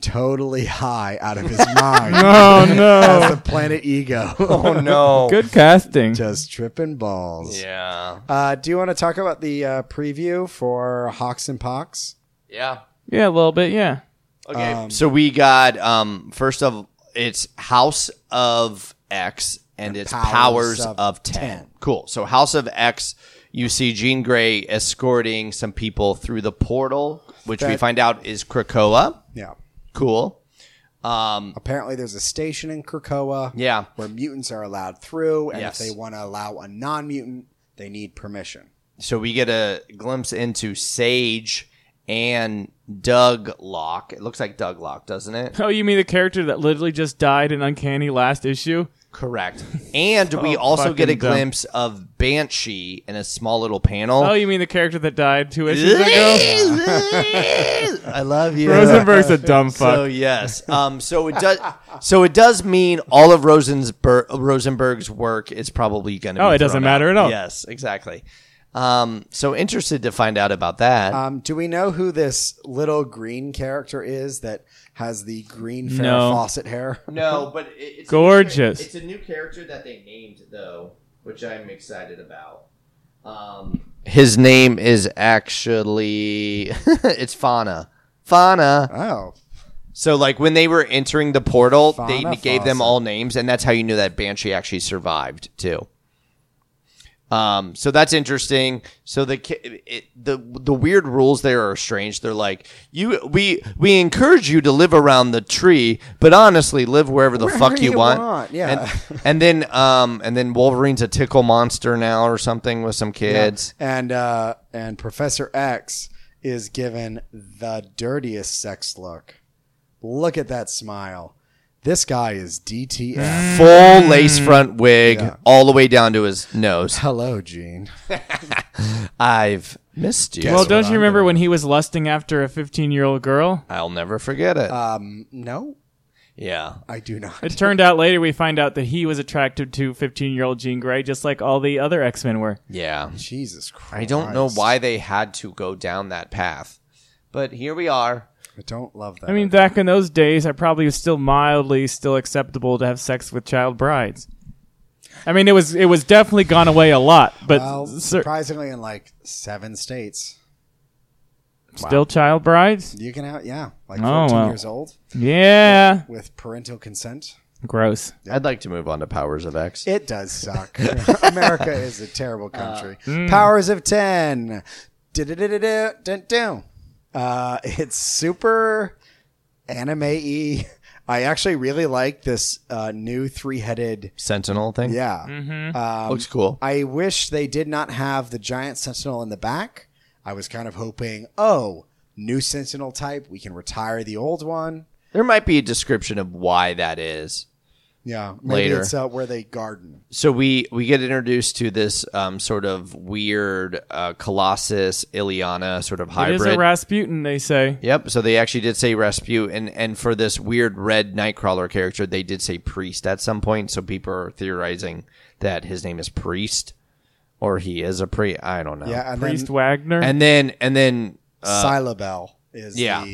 B: Totally high out of his mind.
C: Oh no!
B: As the planet ego.
A: Oh, no.
C: Good casting.
B: Just tripping balls.
A: Yeah.
B: Uh, do you want to talk about the uh, preview for Hawks and Pox?
A: Yeah.
C: Yeah, a little bit. Yeah.
A: Okay. so we got, um, first of, it's House of X and it's
B: Powers
A: Powers,
B: of
A: of, 10.
B: 10.
A: Cool. So House of X, you see Jean Grey escorting some people through the portal, which we
B: That-
A: find out is Krakoa.
B: Yeah.
A: Cool. Um,
B: Apparently, there's a station in Krakoa
A: Yeah.
B: where mutants are allowed through, and
A: Yes.
B: if they want to allow a non mutant, they need permission.
A: so we get a glimpse into Sage and Doug Locke. It looks like Doug Locke, doesn't it?
C: Oh, you mean the character that literally just died in Uncanny last issue?
A: Correct. And we also
C: fucking
A: get a
C: dumb.
A: glimpse of Banshee in a small little panel.
C: Oh, you mean the character that died two issues ago?
A: I love you.
C: Rosenberg's a dumb fuck.
A: So yes, um, so it does. So it does mean all of Rosenberg, Rosenberg's work is probably going to.
C: Oh, it doesn't matter at all.
A: Yes, exactly. Um, so interested to find out about that.
B: Um, do we know who this little green character is that has the green Farrah
C: No.
B: Fawcett hair?
A: No, but it- it's
C: Gorgeous.
A: A new, char- it's a new character that they named though, which I'm excited about. Um, His name is actually it's Fauna. Fauna.
B: Oh,
A: So like when they were entering the portal, they
B: Fauna
A: gave them
B: Fawcett.
A: all names, and that's how you knew that Banshee actually survived too. Um, so that's interesting. So the ki- it, the the weird rules there are strange. They're like you we we encourage you to live around the tree, but honestly, live wherever the
B: Wherever
A: fuck you,
B: you
A: want.
B: want, yeah.
A: And, and then um and then Wolverine's a tickle monster now or something with some kids.
B: and uh, and Professor X is given the dirtiest sex look. Look at that smile. This guy is DTF.
A: Full lace
B: Mm.
A: front wig all the way down to his nose.
B: Hello, Gene.
A: I've missed you.
C: well, don't you remember when he was lusting after a 15 year old girl?
A: I'll never forget it.
B: Um, no,
A: yeah.
B: I do not.
C: It turned out later we find out that he was attracted to 15 year old Jean Grey, just like all the other X Men were.
A: Yeah.
B: Jesus Christ.
A: I don't know why they had to go down that path. But here we are.
B: I don't love that.
C: I mean, back in those days, I probably was still mildly still acceptable to have sex with child brides. I mean, it was it was definitely gone away a lot, but
B: well,
C: cer-
B: surprisingly, in like seven states,
C: still child brides.
B: you can have yeah, like
C: Oh,
B: fourteen
C: well.
B: years old
C: Yeah,
B: with parental consent.
C: gross.
A: I'd like to move on to Powers of X.
B: It does suck. America is a terrible
A: Uh,
B: country.
A: mm.
B: Powers of ten. Du-du-du-du-du, dun-dun. Uh, it's super anime-y. I actually really like this uh, new three-headed.
A: Sentinel thing?
B: Yeah.
A: Mm-hmm. Looks cool.
B: I wish they did not have the giant sentinel in the back. I was kind of hoping, oh, new sentinel type, we can retire the old one.
A: There might be a description of why that is.
B: Yeah, maybe
A: Later.
B: it's uh, where they garden.
A: So we we get introduced to this um, sort of weird uh, Colossus Iliana sort of
C: It
A: hybrid.
C: is a Rasputin, they say.
A: Yep. So they actually did say rescue, and and for this weird red Nightcrawler character, they did say priest at some point. So people are theorizing that his name is priest, or he is a priest. I don't know.
B: Yeah, and
C: Priest
B: then
C: Wagner.
A: And then and then
B: Silabel is
A: uh, yeah.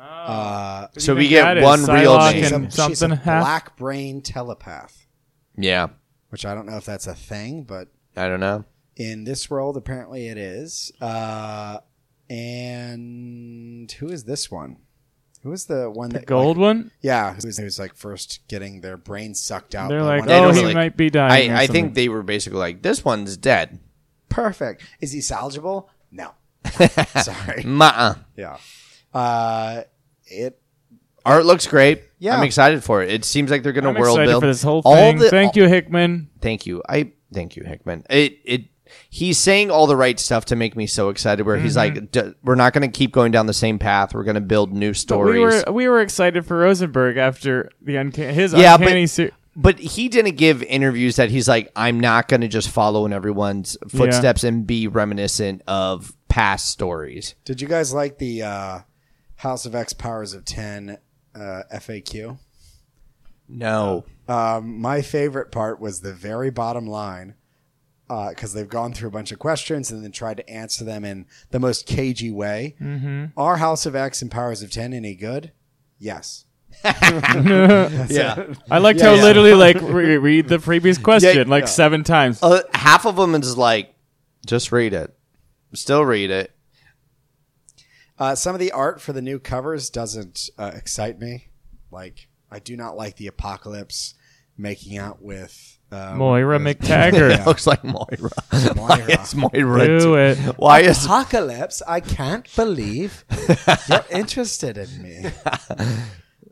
A: Oh.
B: the uh,
A: so we
C: think
A: get
C: that is?
A: one real
C: Psylocke
A: name.
B: she's
C: and
B: a, she's a
C: something half?
B: black brain telepath,
A: yeah,
B: which I don't know if that's a thing, but
A: I don't
C: Oh,
A: know.
B: in this world apparently it is. Uh, and who is this one? Who is the one that like,
C: Gold one?
B: Yeah, who's, who's like first getting their brain sucked out.
C: They're
B: by
C: like,
B: one of
C: oh,
A: don't
B: those-
C: he
A: really-
C: might be dying. or
A: I I
C: something.
A: think they were basically like this one's dead.
B: perfect. Is he salvageable? No. Sorry.
A: Nuh-uh.
B: Yeah. Uh, it.
A: Art looks great.
B: Yeah.
A: I'm excited for it. It seems like they're going
C: I'm
A: to world
C: excited
A: build
C: for this whole
A: All
C: thing.
A: the-
C: Thank you, Hickman.
A: thank you. I thank you, Hickman. It it he's saying all the right stuff to make me so excited. Where he's like, D- we're not going to keep going down the same path. We're going to build new
C: Mm-hmm. But
A: stories.
C: We were uh, we were excited for Rosenberg after the unca- his
A: Yeah,
C: uncanny
A: but-
C: suit.
A: but he didn't give interviews that he's like, I'm not going to just follow in everyone's footsteps and be reminiscent of past stories.
B: Did you guys like the uh, House of X Powers of Ten uh, FAQ?
A: No,
B: Um, my favorite part was the very bottom line because they've gone through a bunch of questions and then tried to answer them in the most cagey way. Mm-hmm. Are House of X and Powers of Ten any good? Yes.
A: yeah,
C: I liked how literally like re- read the previous question like seven times.
A: uh, half of them is like, just read it, still read it.
B: Uh, some of the art for the new covers doesn't uh, excite me. Like, I do not like the apocalypse making out with uh,
C: Moira
B: with
A: It
C: McTaggart.
A: looks like Moira. Why
B: Moira.
A: is Moira?
C: Do
A: too-
C: it.
A: Why is
B: Apocalypse, I can't believe you're interested in me.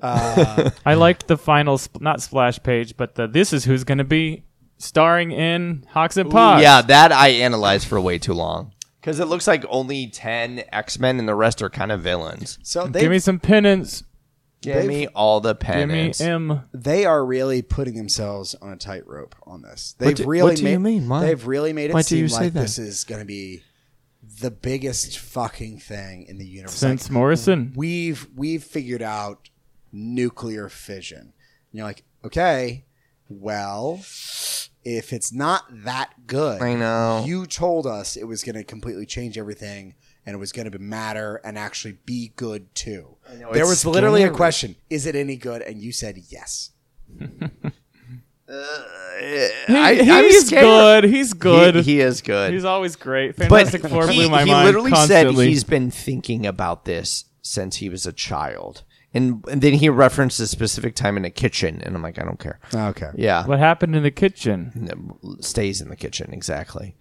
C: I liked the final sp- not splash page, but the this is who's going to be starring in Hawks and Pogs.
A: Yeah, that I analyzed for way too long. Because it looks like only 10 X Men and the rest are kind of villains.
B: So
C: give me
B: they
C: some pennants.
A: Give
B: They've-
A: me all the
C: Give me
A: penance.
C: M.
B: they are really putting themselves on a tightrope on this. They've
A: do-
B: really
A: what do you
B: ma-
A: mean? Why-
B: They've really made it
A: why do
B: seem
A: you say
B: like
A: that?
B: this is going to be the biggest fucking thing in the universe.
C: Since
B: Like,
C: Morrison,
B: we've we've figured out nuclear fission. And you're like, okay, well, if it's not that good,
A: I know.
B: You told us it was going to completely change everything, and it was going to matter and actually be good too. there
A: it's
B: was literally a
A: scary.
B: question: Is it any good? And you said yes.
A: I,
C: He-
A: I'm
C: he's
A: scared.
C: good. He's good.
A: He, he is good.
C: he's always great.
A: but
C: Fantastic Four
A: he,
C: blew my
A: he
C: mind
A: literally
C: constantly.
A: said he's been thinking about this since he was a child. And, and then he referenced a specific time in a kitchen. And I'm like, I don't care.
B: Okay.
A: Yeah.
C: what happened in the kitchen?
A: No, Stays in the kitchen. Exactly.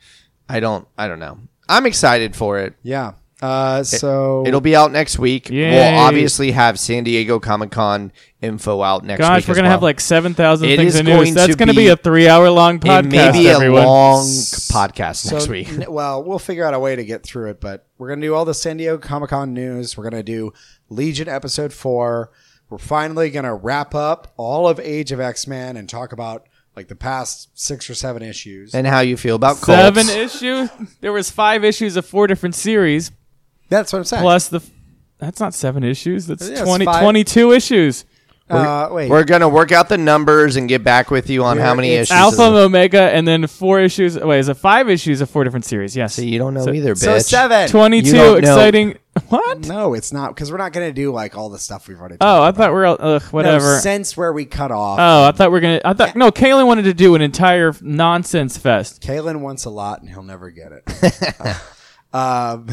A: I don't, I don't know. I'm excited for it.
B: Yeah. Uh, so
A: It'll be out next week.
C: Yay.
A: We'll obviously have San Diego Comic Con info out next week.
C: Gosh, we're
A: as
C: gonna
A: well.
C: have like seven thousand
A: It
C: things
A: is
C: in news.
A: going
C: That's
A: to
C: gonna be,
A: be-
C: a three-hour-long
A: it
C: podcast.
A: may be
C: everyone.
A: a long podcast next
B: So,
A: week.
B: n- well, we'll figure out a way to get through it, but we're going to do all the San Diego Comic Con news. We're going to do Legion episode four. we're finally going to wrap up all of Age of X Men and talk about like the past six or seven issues.
A: And how you feel about Colts.
C: Seven issues. There was five issues of four different series
B: That's what I'm saying.
C: plus the. That's not seven issues. That's
B: Yeah, it's
C: 20,
B: five.
C: 22 issues.
B: uh, wait,
A: We're gonna work out the numbers and get back with you on how many
B: It's
A: issues.
C: Alpha and Omega, and then four issues. Wait, is it five issues of four different series? Yes.
A: you don't know either, bitch.
B: so seven.
A: You
C: 22
A: don't know.
C: exciting. What?
B: No, it's not because we're not going to do like all the stuff we've
A: Uh,
B: already.
C: Oh, I thought we were all, ugh, whatever.
B: No, since where we cut off,
C: oh, I thought we are going to. I thought. No, Kaylin wanted to do an entire nonsense fest.
B: Kalen wants a lot and he'll never get it. Uh, um,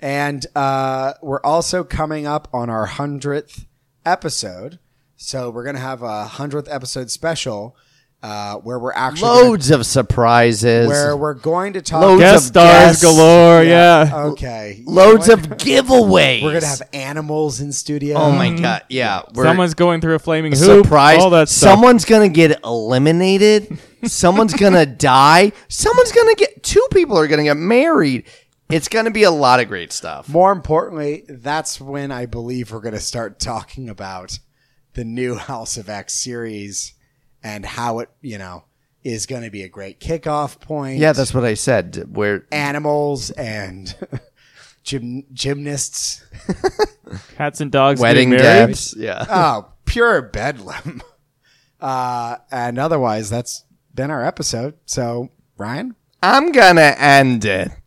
B: and uh, we're also coming up on our 100th episode. So we're going to have a 100th episode special uh, where we're actually. gonna-
A: Loads of surprises.
B: where we're going to talk.
A: Loads
C: Guest
A: of
C: stars
A: guests.
C: galore. Yeah.
B: Okay. You know
A: Loads
B: what?
A: of giveaways.
B: We're going to have animals in studio.
A: Oh my
C: Mm-hmm.
A: god! Yeah, we're
C: Someone's going through a flaming hoop.
A: surprised.
C: All that stuff.
A: Someone's gonna get eliminated. Someone's gonna die. Someone's gonna get. Two people are gonna get married. It's gonna be a lot of great stuff.
B: More importantly, that's when I believe we're going to start talking about the new House of X series and how it, you know, is going to be a great kickoff point.
A: Yeah, that's what I said. Where
B: animals and gym, gymnasts.
C: Cats and dogs.
A: wedding
C: getting married.
A: debts. Yeah.
B: Oh, pure bedlam. Uh, and otherwise, that's been our episode. So, Ryan,
A: I'm gonna end it.